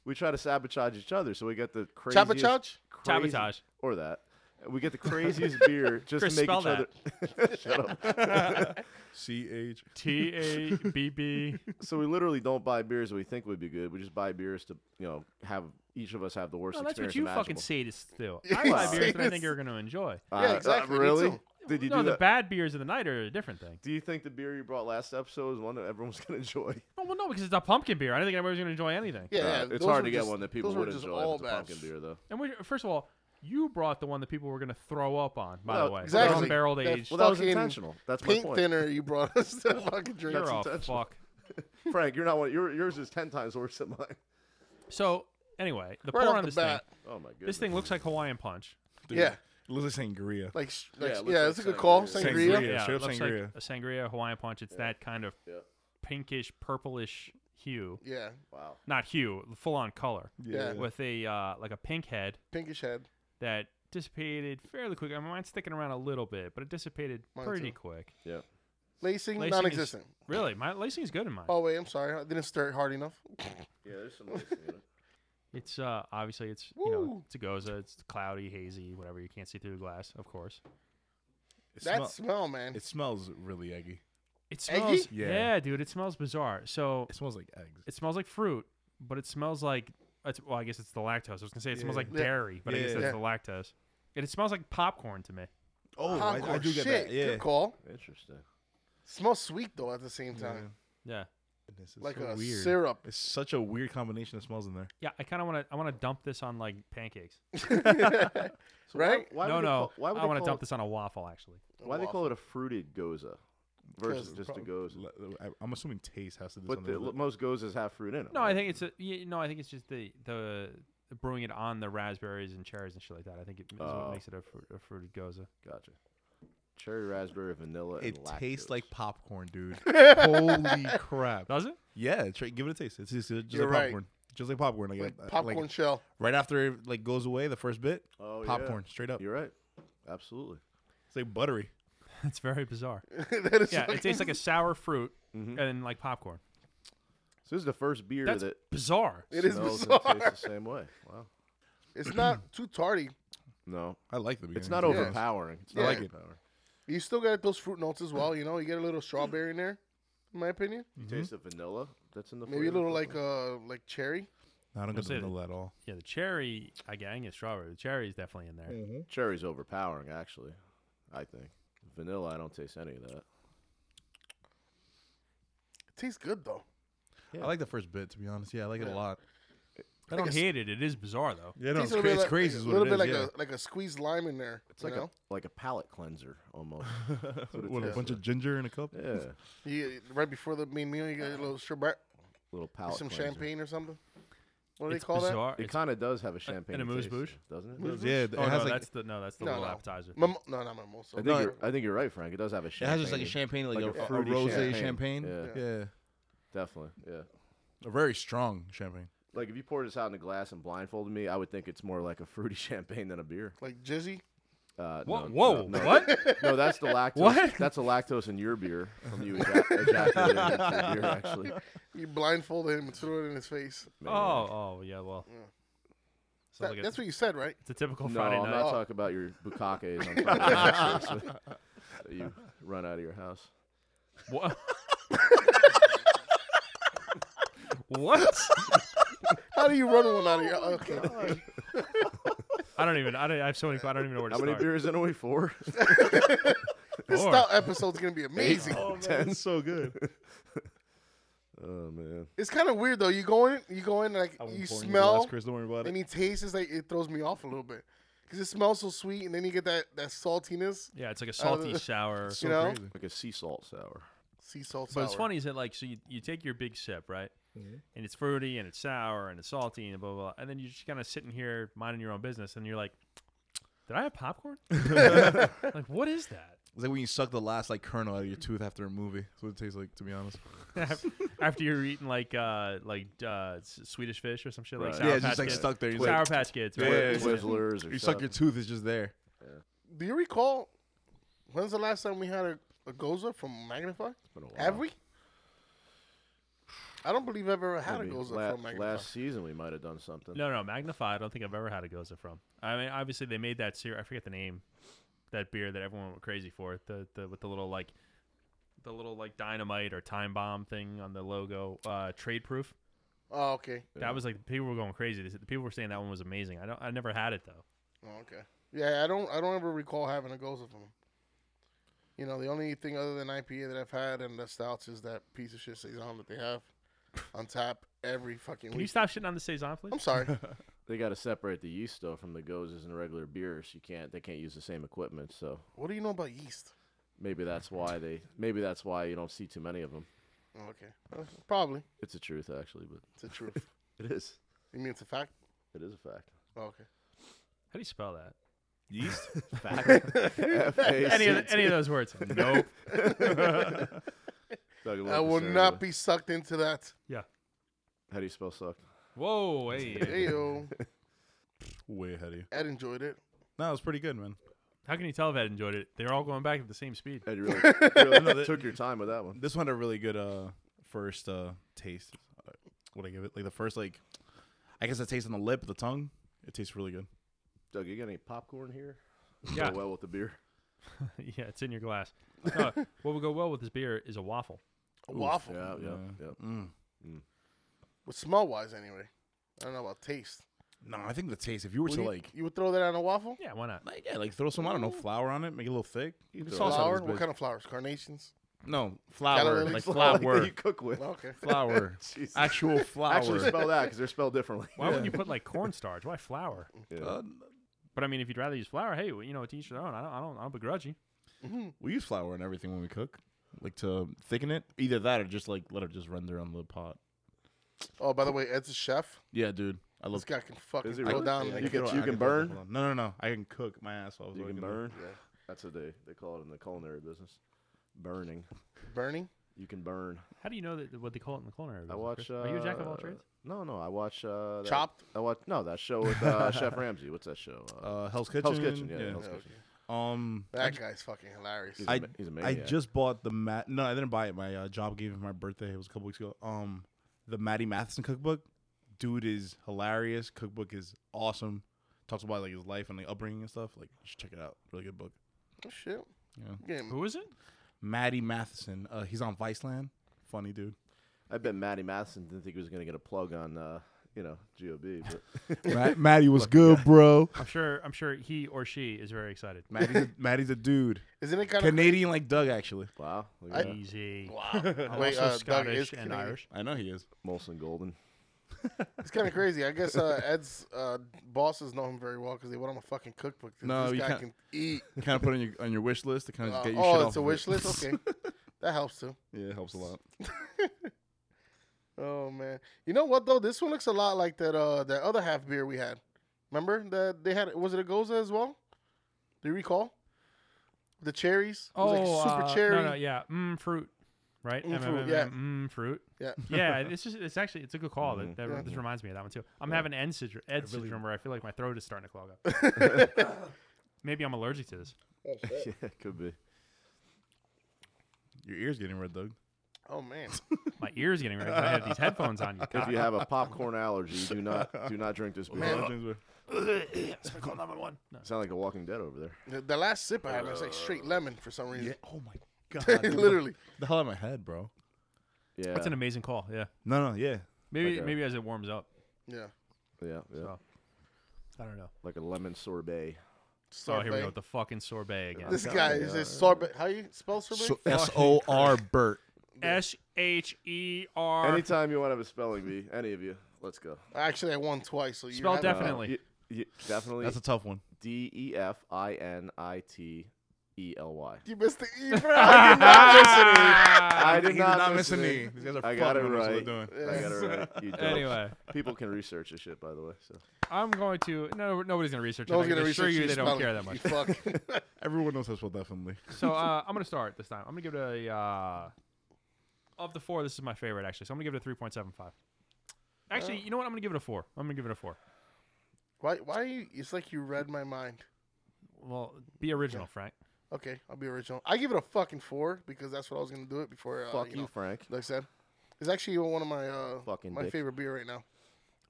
we try to sabotage each other, so we get the craziest. Chapa Chouch? crazy- Sabotage. Or that. We get the craziest beer just Chris, to make spell each other. Shut up. C H. T A B B. So we literally don't buy beers that we think would be good. We just buy beers to you know have each of us have the No, worst that's experience what you fucking imaginable. sadists do. I buy beers that I think you're going to enjoy. Uh, Yeah, uh, exactly, me really? too. Did you no, do the that? bad beers of the night are a different thing. do you think the beer you brought last episode is one that everyone's gonna enjoy? Oh, well, no, because it's a pumpkin beer. I don't think anybody's going to enjoy anything. Yeah, Uh, yeah. it's those hard were to get just- one that people those were would just enjoy. all if it's a bad. pumpkin beer, though. And we, first of all, you brought the one that people were going to throw up on, by Well, the way. exactly. barrel That aged. Well, that was Fucking intentional. That's my Paint point. thinner you brought us to the fucking drink. You're a intentional. fuck. Frank, you're not one. Your, yours is ten times worse than mine. So, anyway, the Right pour off on the this bat. thing. Oh my goodness. This thing looks like Hawaiian Punch. Dude, Yeah. It looks like sangria. Like, sh- like Yeah, yeah, it looks like that's a good call. sangria. Sangria. Yeah, straight it up looks like sangria. a sangria, Hawaiian Punch. It's that kind of Yeah. pinkish, purplish hue. Yeah. Wow. Not hue, full on color. Yeah. With a, uh, like a pink head Pinkish head. that dissipated fairly quick. I mean, mine's sticking around a little bit, but it dissipated Mine pretty too. quick. Yeah. Lacing, Lacing is- non-existent. Really, my lacing's good in mine. Oh wait, I'm sorry. I didn't stir it hard enough. Yeah. There's some. lacing in it. It's uh obviously it's you know Woo. it's a goza, it's cloudy, hazy, whatever. You can't see through the glass, of course. It, That smell- smell, man. it smells really eggy. It Eggy? smells yeah. Yeah. dude, it smells bizarre. So It smells like eggs. it smells like fruit, but it smells like it's, well, I guess it's the lactose. I was gonna say it smells Yeah. like Yeah. dairy, but I guess Yeah. it's the lactose. And it smells like popcorn to me. Oh, Hardcore shit. Good call. Interesting. Smells sweet though at the same time, Yeah. Goodness, it's like so a weird. syrup. It's such a weird combination of smells in there. Yeah, I kind of want to. I want to dump this on like pancakes. So why- Right? Why, no, would they no. Call, why would I they want to call dump it, this on a waffle, actually. Why they call it a fruited goza versus 'Cause just a Probably- goza? le- I- I'm assuming taste has to do But something. the, with it. most gozas have fruit in them. No, I think it's a. Yeah, no, I think it's just the the brewing it on the raspberries and cherries and shit like that. I think it is what Oh. makes it a, fruit, a fruited goza. Gotcha. cherry raspberry vanilla. It and tastes lactose. like popcorn, dude. Holy crap! Does it? Yeah, try, give it a taste. It's just, it's just You're like right. popcorn, just like popcorn. Like, Like uh, popcorn like, shell. right after it like goes away, the first bit, Oh, yeah. popcorn straight up. You're right. Absolutely. It's like buttery. That's very bizarre. that is Yeah, fucking- it tastes like a sour fruit and like popcorn. So this is the first beer That's that bizarre. It is smells bizarre. and tastes the same way. Wow. It's not too tardy. No, I like the beginning. it's not to be honest. overpowering. It's I not like it. overpowering. You still got those fruit notes as well. You know, you get a little strawberry in there. In my opinion, You taste the vanilla that's in the Mm-hmm. maybe a flavor. little like uh like cherry. No, I don't get That's the it. vanilla at all. Yeah, the cherry. I get, I can get strawberry. The cherry is definitely in there. cherry's overpowering. Actually, I think vanilla. I don't taste any of that. It tastes good though. I like the first bit to be honest. Yeah, I like it a lot. I don't hate it. It is bizarre though. Yeah, no, Tastes it's, a cra- little it's bit like- crazy. is A what little it bit is, like yeah. a like a squeezed lime in there. It's like you know? a like a palate cleanser almost. That's what it What, a tastes bunch of ginger in a cup. like. yeah, You- right before the main meal, you get a little sherbet, little palate. some cleanser. champagne or something. What do it's they call bizarre. It It's- kind of does have a champagne a moose taste, bouche? doesn't it? Yeah, it oh has no, like that's the no, that's the No, little no. appetizer. that? Mimo- no, not mimosa. I think No, you're, I think you're right, Frank. It does have a it champagne. has just like a champagne, like, like a, a a, fruity rose champagne. champagne. Yeah. Yeah. Definitely, yeah. a very strong champagne. Like if you poured this out in a glass and blindfolded me, I would think it's more like a fruity champagne than a beer. like Jizzy. Uh, Whoa, no, whoa, no, no. what? No, that's the lactose. What? That's the lactose in your beer from you ejac- ejaculating into your beer. Actually, You blindfolded him and threw it in his face. oh, oh yeah. Well, Sounds That- like a- that's what you said, right? it's a typical no, Friday I'm night. not talking about your bukakes. I'm talking about lactose that you run out of your house. What? what? How do you run one out of your? Okay. I don't even. I, don't, I have so many. I don't even know where to How many start. beers in a week? Four. This Or- stout episode's gonna be amazing. Oh, That's so good. Oh man. It's kind of weird though. You go in, you go in like you smell, Chris. Don't worry about and it. he tastes. It's like it throws me off a little bit because it smells so sweet, and then you get that that saltiness. Yeah, it's like a salty, Uh, sour. So you know? crazy. Like a sea salt sour. Sea salt. But it's sour. funny is that like so you, you take your big sip right, Mm-hmm. and it's fruity and it's sour and it's salty and blah blah, blah and then you're just kind of sitting here minding your own business and you're like, did I have popcorn? like what is that? It's like when you suck the last like kernel out of your tooth after a movie. That's what it tastes like, to be honest. After you're eating like uh like uh s- Swedish fish or some shit like Right. sour yeah, patch it's just like kids. stuck there. You're sour like, patch kids. Right? Yeah, yeah, It's- yeah. Twizzlers or you suck your something. tooth, it's just there. Do you recall when's the last time we had a, a goza from Magnify? Been a while. Have we? I don't believe I've ever had a Maybe goza la- from Magnify. last season we might have done something. No, no, Magnify. I don't think I've ever had a goza from. I mean, obviously they made that series. I forget the name. That beer that everyone went crazy for. The the with the little like, the little like dynamite or time bomb thing on the logo. Uh, trade proof. Oh, okay. Yeah. That was like people were going crazy. They said- The people were saying that one was amazing. I don't. I never had it though. Oh, okay. Yeah, I don't. I don't ever recall having a goza from him. You know, the only thing other than IPA that I've had and the stouts is that piece of shit saison that they have on tap every fucking Can you week. stop shitting on the saison, I'm please? sorry. They got to separate the yeast though from the gozes and regular beers. You can't. They can't use the same equipment. So what do you know about yeast? maybe that's why they. Maybe that's why you don't see too many of them. Oh, okay, Uh, probably It's the truth actually, but it's a truth. it is. you mean it's a fact? It is a fact. Oh, okay. How do you spell that? Yeast? F-A-C-T. Any of, the, any of those words? nope. Doug, look I will concerned not with- be sucked into that. Yeah. How do you spell sucked? Whoa. Hey. Ayo, Way ahead of you. Ed enjoyed it. No, it was pretty good, man. How can you tell if Ed enjoyed it? They're all going back at the same speed. Ed, you really, really No, that- took your time with that one. This one had a really good uh first uh taste. Uh, What I give it? Like the first like I guess the taste on the lip, the tongue. It tastes really good. Doug, you got any popcorn here? Yeah. Go well with the beer. yeah. It's in your glass. No, what would go well with this beer is a waffle. A waffle. Yeah, yeah, Uh, yeah. Mm. But smell wise, anyway. I don't know about taste. No, I think the taste. If you were Would to you, like, you would throw that on a waffle? Yeah. Why not? like, yeah, like throw some I don't know flour on it, make it a little thick. You can throw sauce on Flour? this What bitch. kind of flowers? Carnations? No flour, Calorie like flour, Like that flour, you cook with. Oh, okay. flour, Jesus. actual flour. Actually, spell that because they're spelled differently. Why wouldn't you put like cornstarch? Why flour? Yeah. Uh, But I mean, if you'd rather use flour, hey, well, you know, to each their own. I don't, I don't, I don't begrudge you. Mm-hmm. we use flour and everything when we cook, like to thicken it. Either that or just like let it just render on the pot. Oh, by the way, Ed's a chef. Yeah, dude, I This love. guy can fucking Is he go really? down. Yeah, like you a can- throw- you I can throw- burn? hold on. No, no, no. I can cook my ass off. You so I can do- burn. That's what they, they call it in the culinary business. Burning. Burning. You can burn. How do you know that what they call it in the culinary? I business, watch. Chris? Uh, Are you a jack of all trades? No, no. I watch. Uh, that- Chopped. I watch. No, that show with uh, Chef Ramsay. What's that show? Uh, Uh, Hell's Kitchen. Hell's Kitchen. Yeah, Hell's Yeah, Kitchen. okay. Um, I That guy's fucking hilarious. He's, a I- ma- he's a I maniac. just bought the mat. No, I didn't buy it. My uh, job gave it for my birthday. It was a couple weeks ago. Um, the Maddie Matheson cookbook. Dude is hilarious. Cookbook is awesome. Talks about like his life and like upbringing and stuff. Like, you should check it out. Really good book. Oh, shit. Yeah. Getting- Who is it? Maddie Matheson. Uh, he's on Viceland. Funny dude. I bet Matty Matheson didn't think he was going to get a plug on, uh, you know, GOB. But Matt, Maddie was good, bro. I'm sure. I'm sure he or she is very excited. Maddie's a, Maddie's a dude. Isn't it kind of Canadian like Doug, actually. wow, look at I- that. Easy. wow? I'm Wait, also uh, Doug Scottish is and Canadian. Irish. I know he is. Molson Golden. It's kind of crazy. I guess uh, Ed's uh, bosses know him very well because they want him a fucking cookbook. 'cause No, this you guy can't- can eat. Kind of put on your on your wish list to kind of Uh, get your shit oh, off it's a of wish it. list. Okay, that helps too. yeah, it helps a lot. Oh man, you know what though? This one looks a lot like that uh that other half beer we had. Remember that they had? Was it a Goza as well? Do you recall? The cherries. It was like super uh, cherry. No, no, yeah, mm, fruit, right? Mm, Mm, fruit, mm, yeah. mm, fruit. Yeah. Mm-hmm. yeah. It's just, it's actually, it's a good call. Mhm. That, that Yeah. this reminds me of that one too. I'm having Ed, syndrome, Ed syndrome where I feel like my throat is starting to clog up. Maybe I'm allergic to this. Oh, yeah, could be. Your ears getting red, Doug. Oh man, My ears getting red. 'cause I have these headphones on. You If cock. you have a popcorn allergy, do not do not drink this beer. Other things were- it's my call number one. No. You sound like a Walking Dead over there. the, the last sip I had was like straight lemon for some Uh, Yeah. reason. Oh my god. dude. Literally. The hell out of my head, bro. Yeah, That's an amazing call. Yeah. No, no, yeah. Maybe, Like a- maybe as it warms up. Yeah. yeah, yeah. So. I don't know. Like a lemon sorbet. So Oh, here we Sorbet. go with the fucking sorbet again. This guy is a sorbet. How you spell sorbet? S O R Bert. S H E R. Anytime you want to have a spelling bee, any of you, let's go. Actually, I won twice. So you Spell have- Uh, Definitely. y- y- definitely. That's a tough one. D E F I N I T E L Y. You missed the E, bro. I did not I did He not, miss a it. knee. These guys are I got it fucking up, that's what right. they're doing. I got it right. You dope. Anyway. people can research this shit, by the way. So I'm going to. No, nobody's going to research No it. I one's can gonna assure research you your they don't spelling. care that much. You fuck. Everyone knows how to spell definitely. So uh, I'm going to start this time. I'm going to give it a. Uh, of the four, this is my favorite, actually. So I'm going to give it a 3.75. Actually, you know what? I'm going to give it a 4. I'm going to give it a 4. Why? Why? Are you, it's like you read my mind. Well, be original, Frank. Okay, I'll be original. I give it a fucking four because that's what I was gonna do it before. Uh, fuck you, you, know, Frank. like I said, it's actually one of my uh, Fucking my dick. favorite beer right now,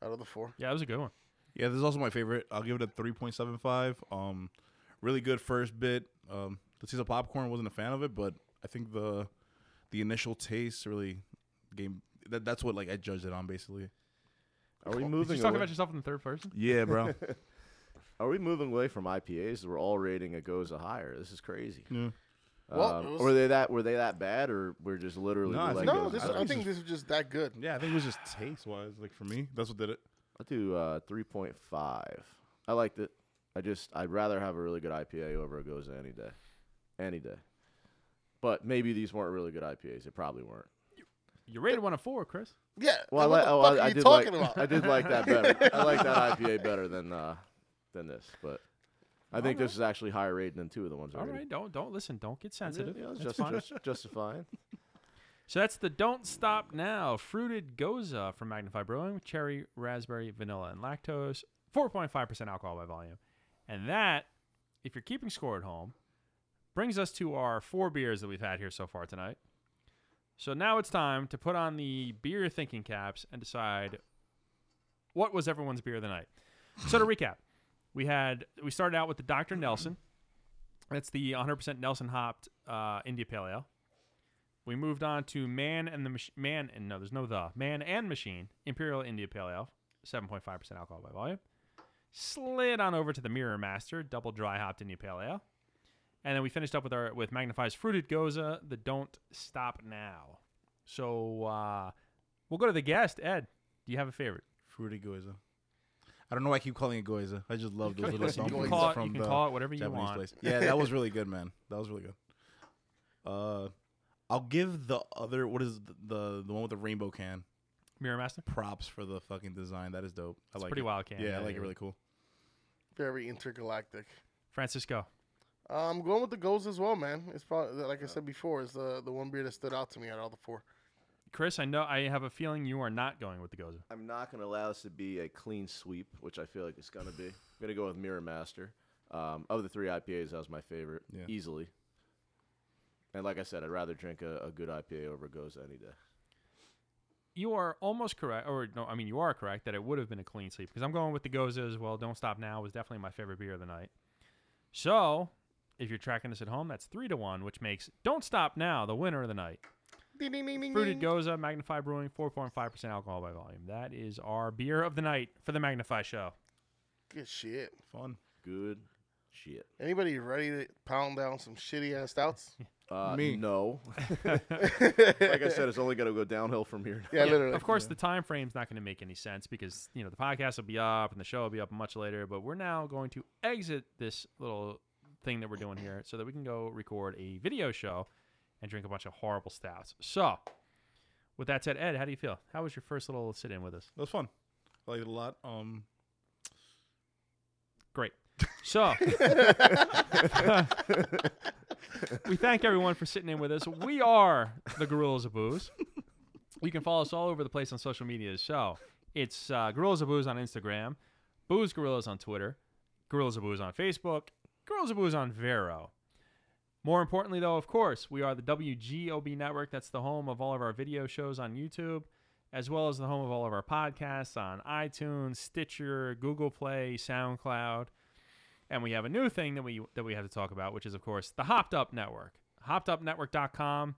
out of the four. Yeah, that was a good one. Yeah, this is also my favorite. I'll give it a three point seven five. Um, really good first bit. Um, the Caesar popcorn wasn't a fan of it, but I think the the initial taste really game. That, that's what like I judged it on basically. Are we Did you moving? talk away? about yourself in the third person? Yeah, bro. Are we moving away from IPAs? We're all rating a goes a higher. This is crazy. Yeah. Well, Um, it was- were they that? Were they that bad, or we're just literally? No, I we're think like, it No, was- this I I, think it's think this is just that good. yeah, I think it was just taste wise. Like for me, that's what did it. I'll do uh, three point five. I liked it. I just I'd rather have a really good IPA over a goes any day, any day. But maybe these weren't really good IPAs. They probably weren't. You rated one a 4, Chris. Yeah. Well, I, li- what the oh, fuck I, are I you did talking like, about? I did like that better. I like that IPA better than uh, than this. But I think this is actually higher rated than two of the ones. I All rated. right, don't don't listen. Don't get sensitive. Yeah, it's That's just, fine. just justifying. So that's the Don't Stop Now Fruited Goza from Magnify Brewing with cherry, raspberry, vanilla, and lactose. 4.5% alcohol by volume. And that, if you're keeping score at home, brings us to our four beers that we've had here so far tonight. So now it's time to put on the beer thinking caps and decide what was everyone's beer of the night. So to recap, we had we started out with the Dr. Nelson. That's the 100% Nelson hopped uh, India Pale Ale. We moved on to Man and the Mach- Man and no, there's no the Man and Machine Imperial India Pale Ale, 7.5% alcohol by volume. Slid on over to the Mirror Master Double Dry Hopped India Pale Ale, and then we finished up with our with Magnify's Fruited Goza, the Don't Stop Now. So uh, we'll go to the guest Ed. Do you have a favorite? Fruity Goiza. I don't know why I keep calling it Goiza. I just love those little You dumplings can call it, from you can the call it whatever you Japanese want. place. Yeah, that was really good, man. That was really good. Uh, I'll give the other what is the the, the one with the rainbow can Mirror Master. props for the fucking design. That is dope. I like pretty it. wild can. Yeah, I yeah, like yeah. it. Really cool. Very intergalactic. Francisco. Uh, I'm going with the goals as well, man. It's probably like I said before, is the the one beer that stood out to me out of all the four. Chris, I know I have a feeling you are not going with the Goza. I'm not going to allow this to be a clean sweep, which I feel like it's going to be. I'm going to go with Mirror Master. Um, of the three IPAs, that was my favorite, Yeah. easily. And like I said, I'd rather drink a, a good IPA over a Goza any day. You are almost correct, or no, I mean you are correct that it would have been a clean sweep because I'm going with the Goza as well. Don't Stop Now was definitely my favorite beer of the night. So, if you're tracking this at home, that's three to one, which makes Don't Stop Now the winner of the night. Ding, ding, ding, ding, Fruited ding. Goza, Magnify Brewing, 4.5% alcohol by volume. That is our beer of the night for the Magnify Show. Good shit. Fun. Good shit. Anybody ready to pound down some shitty ass stouts? Uh, Me. No. like I said, it's only going to go downhill from here. Yeah, Yeah, literally. Of course, the time frame's not going to make any sense because you know the podcast will be up and the show will be up much later. But we're now going to exit this little thing that we're doing here so that we can go record a video show and drink a bunch of horrible stouts. So, with that said, Ed, how do you feel? How was your first little sit-in with us? That was fun. I liked it a lot. Um, Great. So, we thank everyone for sitting in with us. We are the Gorillas of Booze. You can follow us all over the place on social media. So, it's uh, Gorillas of Booze on Instagram, Booze Gorillas on Twitter, Gorillas of Booze on Facebook, Gorillas of Booze on Vero. More importantly, though, of course, we are the WGOB network. That's the home of all of our video shows on YouTube, as well as the home of all of our podcasts on iTunes, Stitcher, Google Play, SoundCloud. And we have a new thing that we that we have to talk about, which is of course the Hopped Up Network. HoppedUpNetwork.com.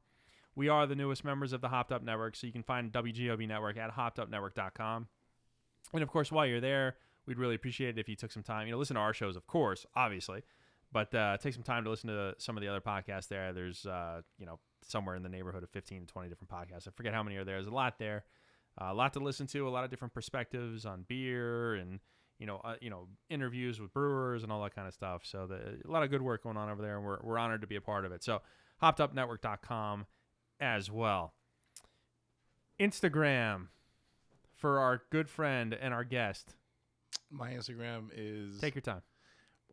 We are the newest members of the Hopped Up Network, so you can find WGOB Network at hoppedupnetwork.com. And of course, while you're there, we'd really appreciate it if you took some time. You know, listen to our shows, of course, obviously, but uh, take some time to listen to some of the other podcasts there. There's, uh, you know, somewhere in the neighborhood of 15 to 20 different podcasts. I forget how many are there. There's a lot there, uh, a lot to listen to, a lot of different perspectives on beer and you know, uh, you know, interviews with brewers and all that kind of stuff. So the, a lot of good work going on over there, and we're, we're honored to be a part of it. So hoppedupnetwork.com as well. Instagram for our good friend and our guest. my Instagram is. Take your time.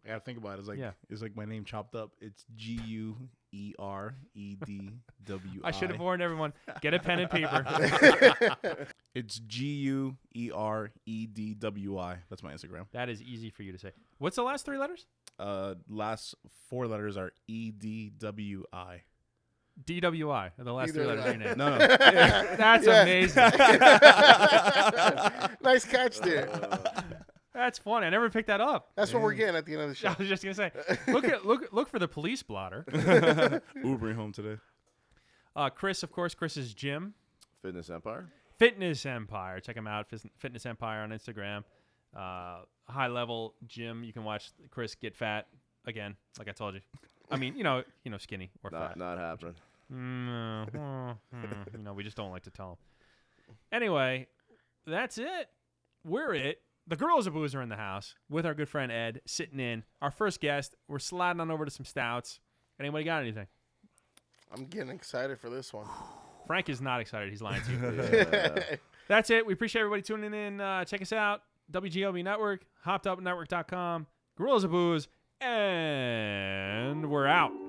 I gotta think about it. It's like Yeah. it's like my name chopped up. It's G U E R E D W. I should have warned everyone. Get a pen and paper. It's G U E R E D W I. That's my Instagram. that is easy for you to say. What's the last three letters? Uh, last four letters are E D W I. DWI. are The last three letters of your name. No, no. That's Yeah. amazing. nice catch there. That's funny. I never picked that up. That's what we're getting at the end of the show. I was just gonna say, look at look look for the police blotter. Ubering home today. Uh, Chris, of course, Chris's gym, Fitness Empire. Fitness Empire. Check him out, Fis- Fitness Empire on Instagram. Uh, high level gym. You can watch Chris get fat again, like I told you. I mean, you know, you know, skinny or fat. Not, not happening. Mm, well, hmm, you know, we just don't like to tell them. Anyway, that's it. We're it. The girls of booze are in the house with our good friend Ed sitting in. Our first guest. We're sliding on over to some stouts. Anybody got anything? I'm getting excited for this one. Frank is not excited. He's lying to you. Uh, That's it. We appreciate everybody tuning in. Uh, check us out. WGOB Network, hoppedupnetwork.com, Gorillas of Booze, and we're out.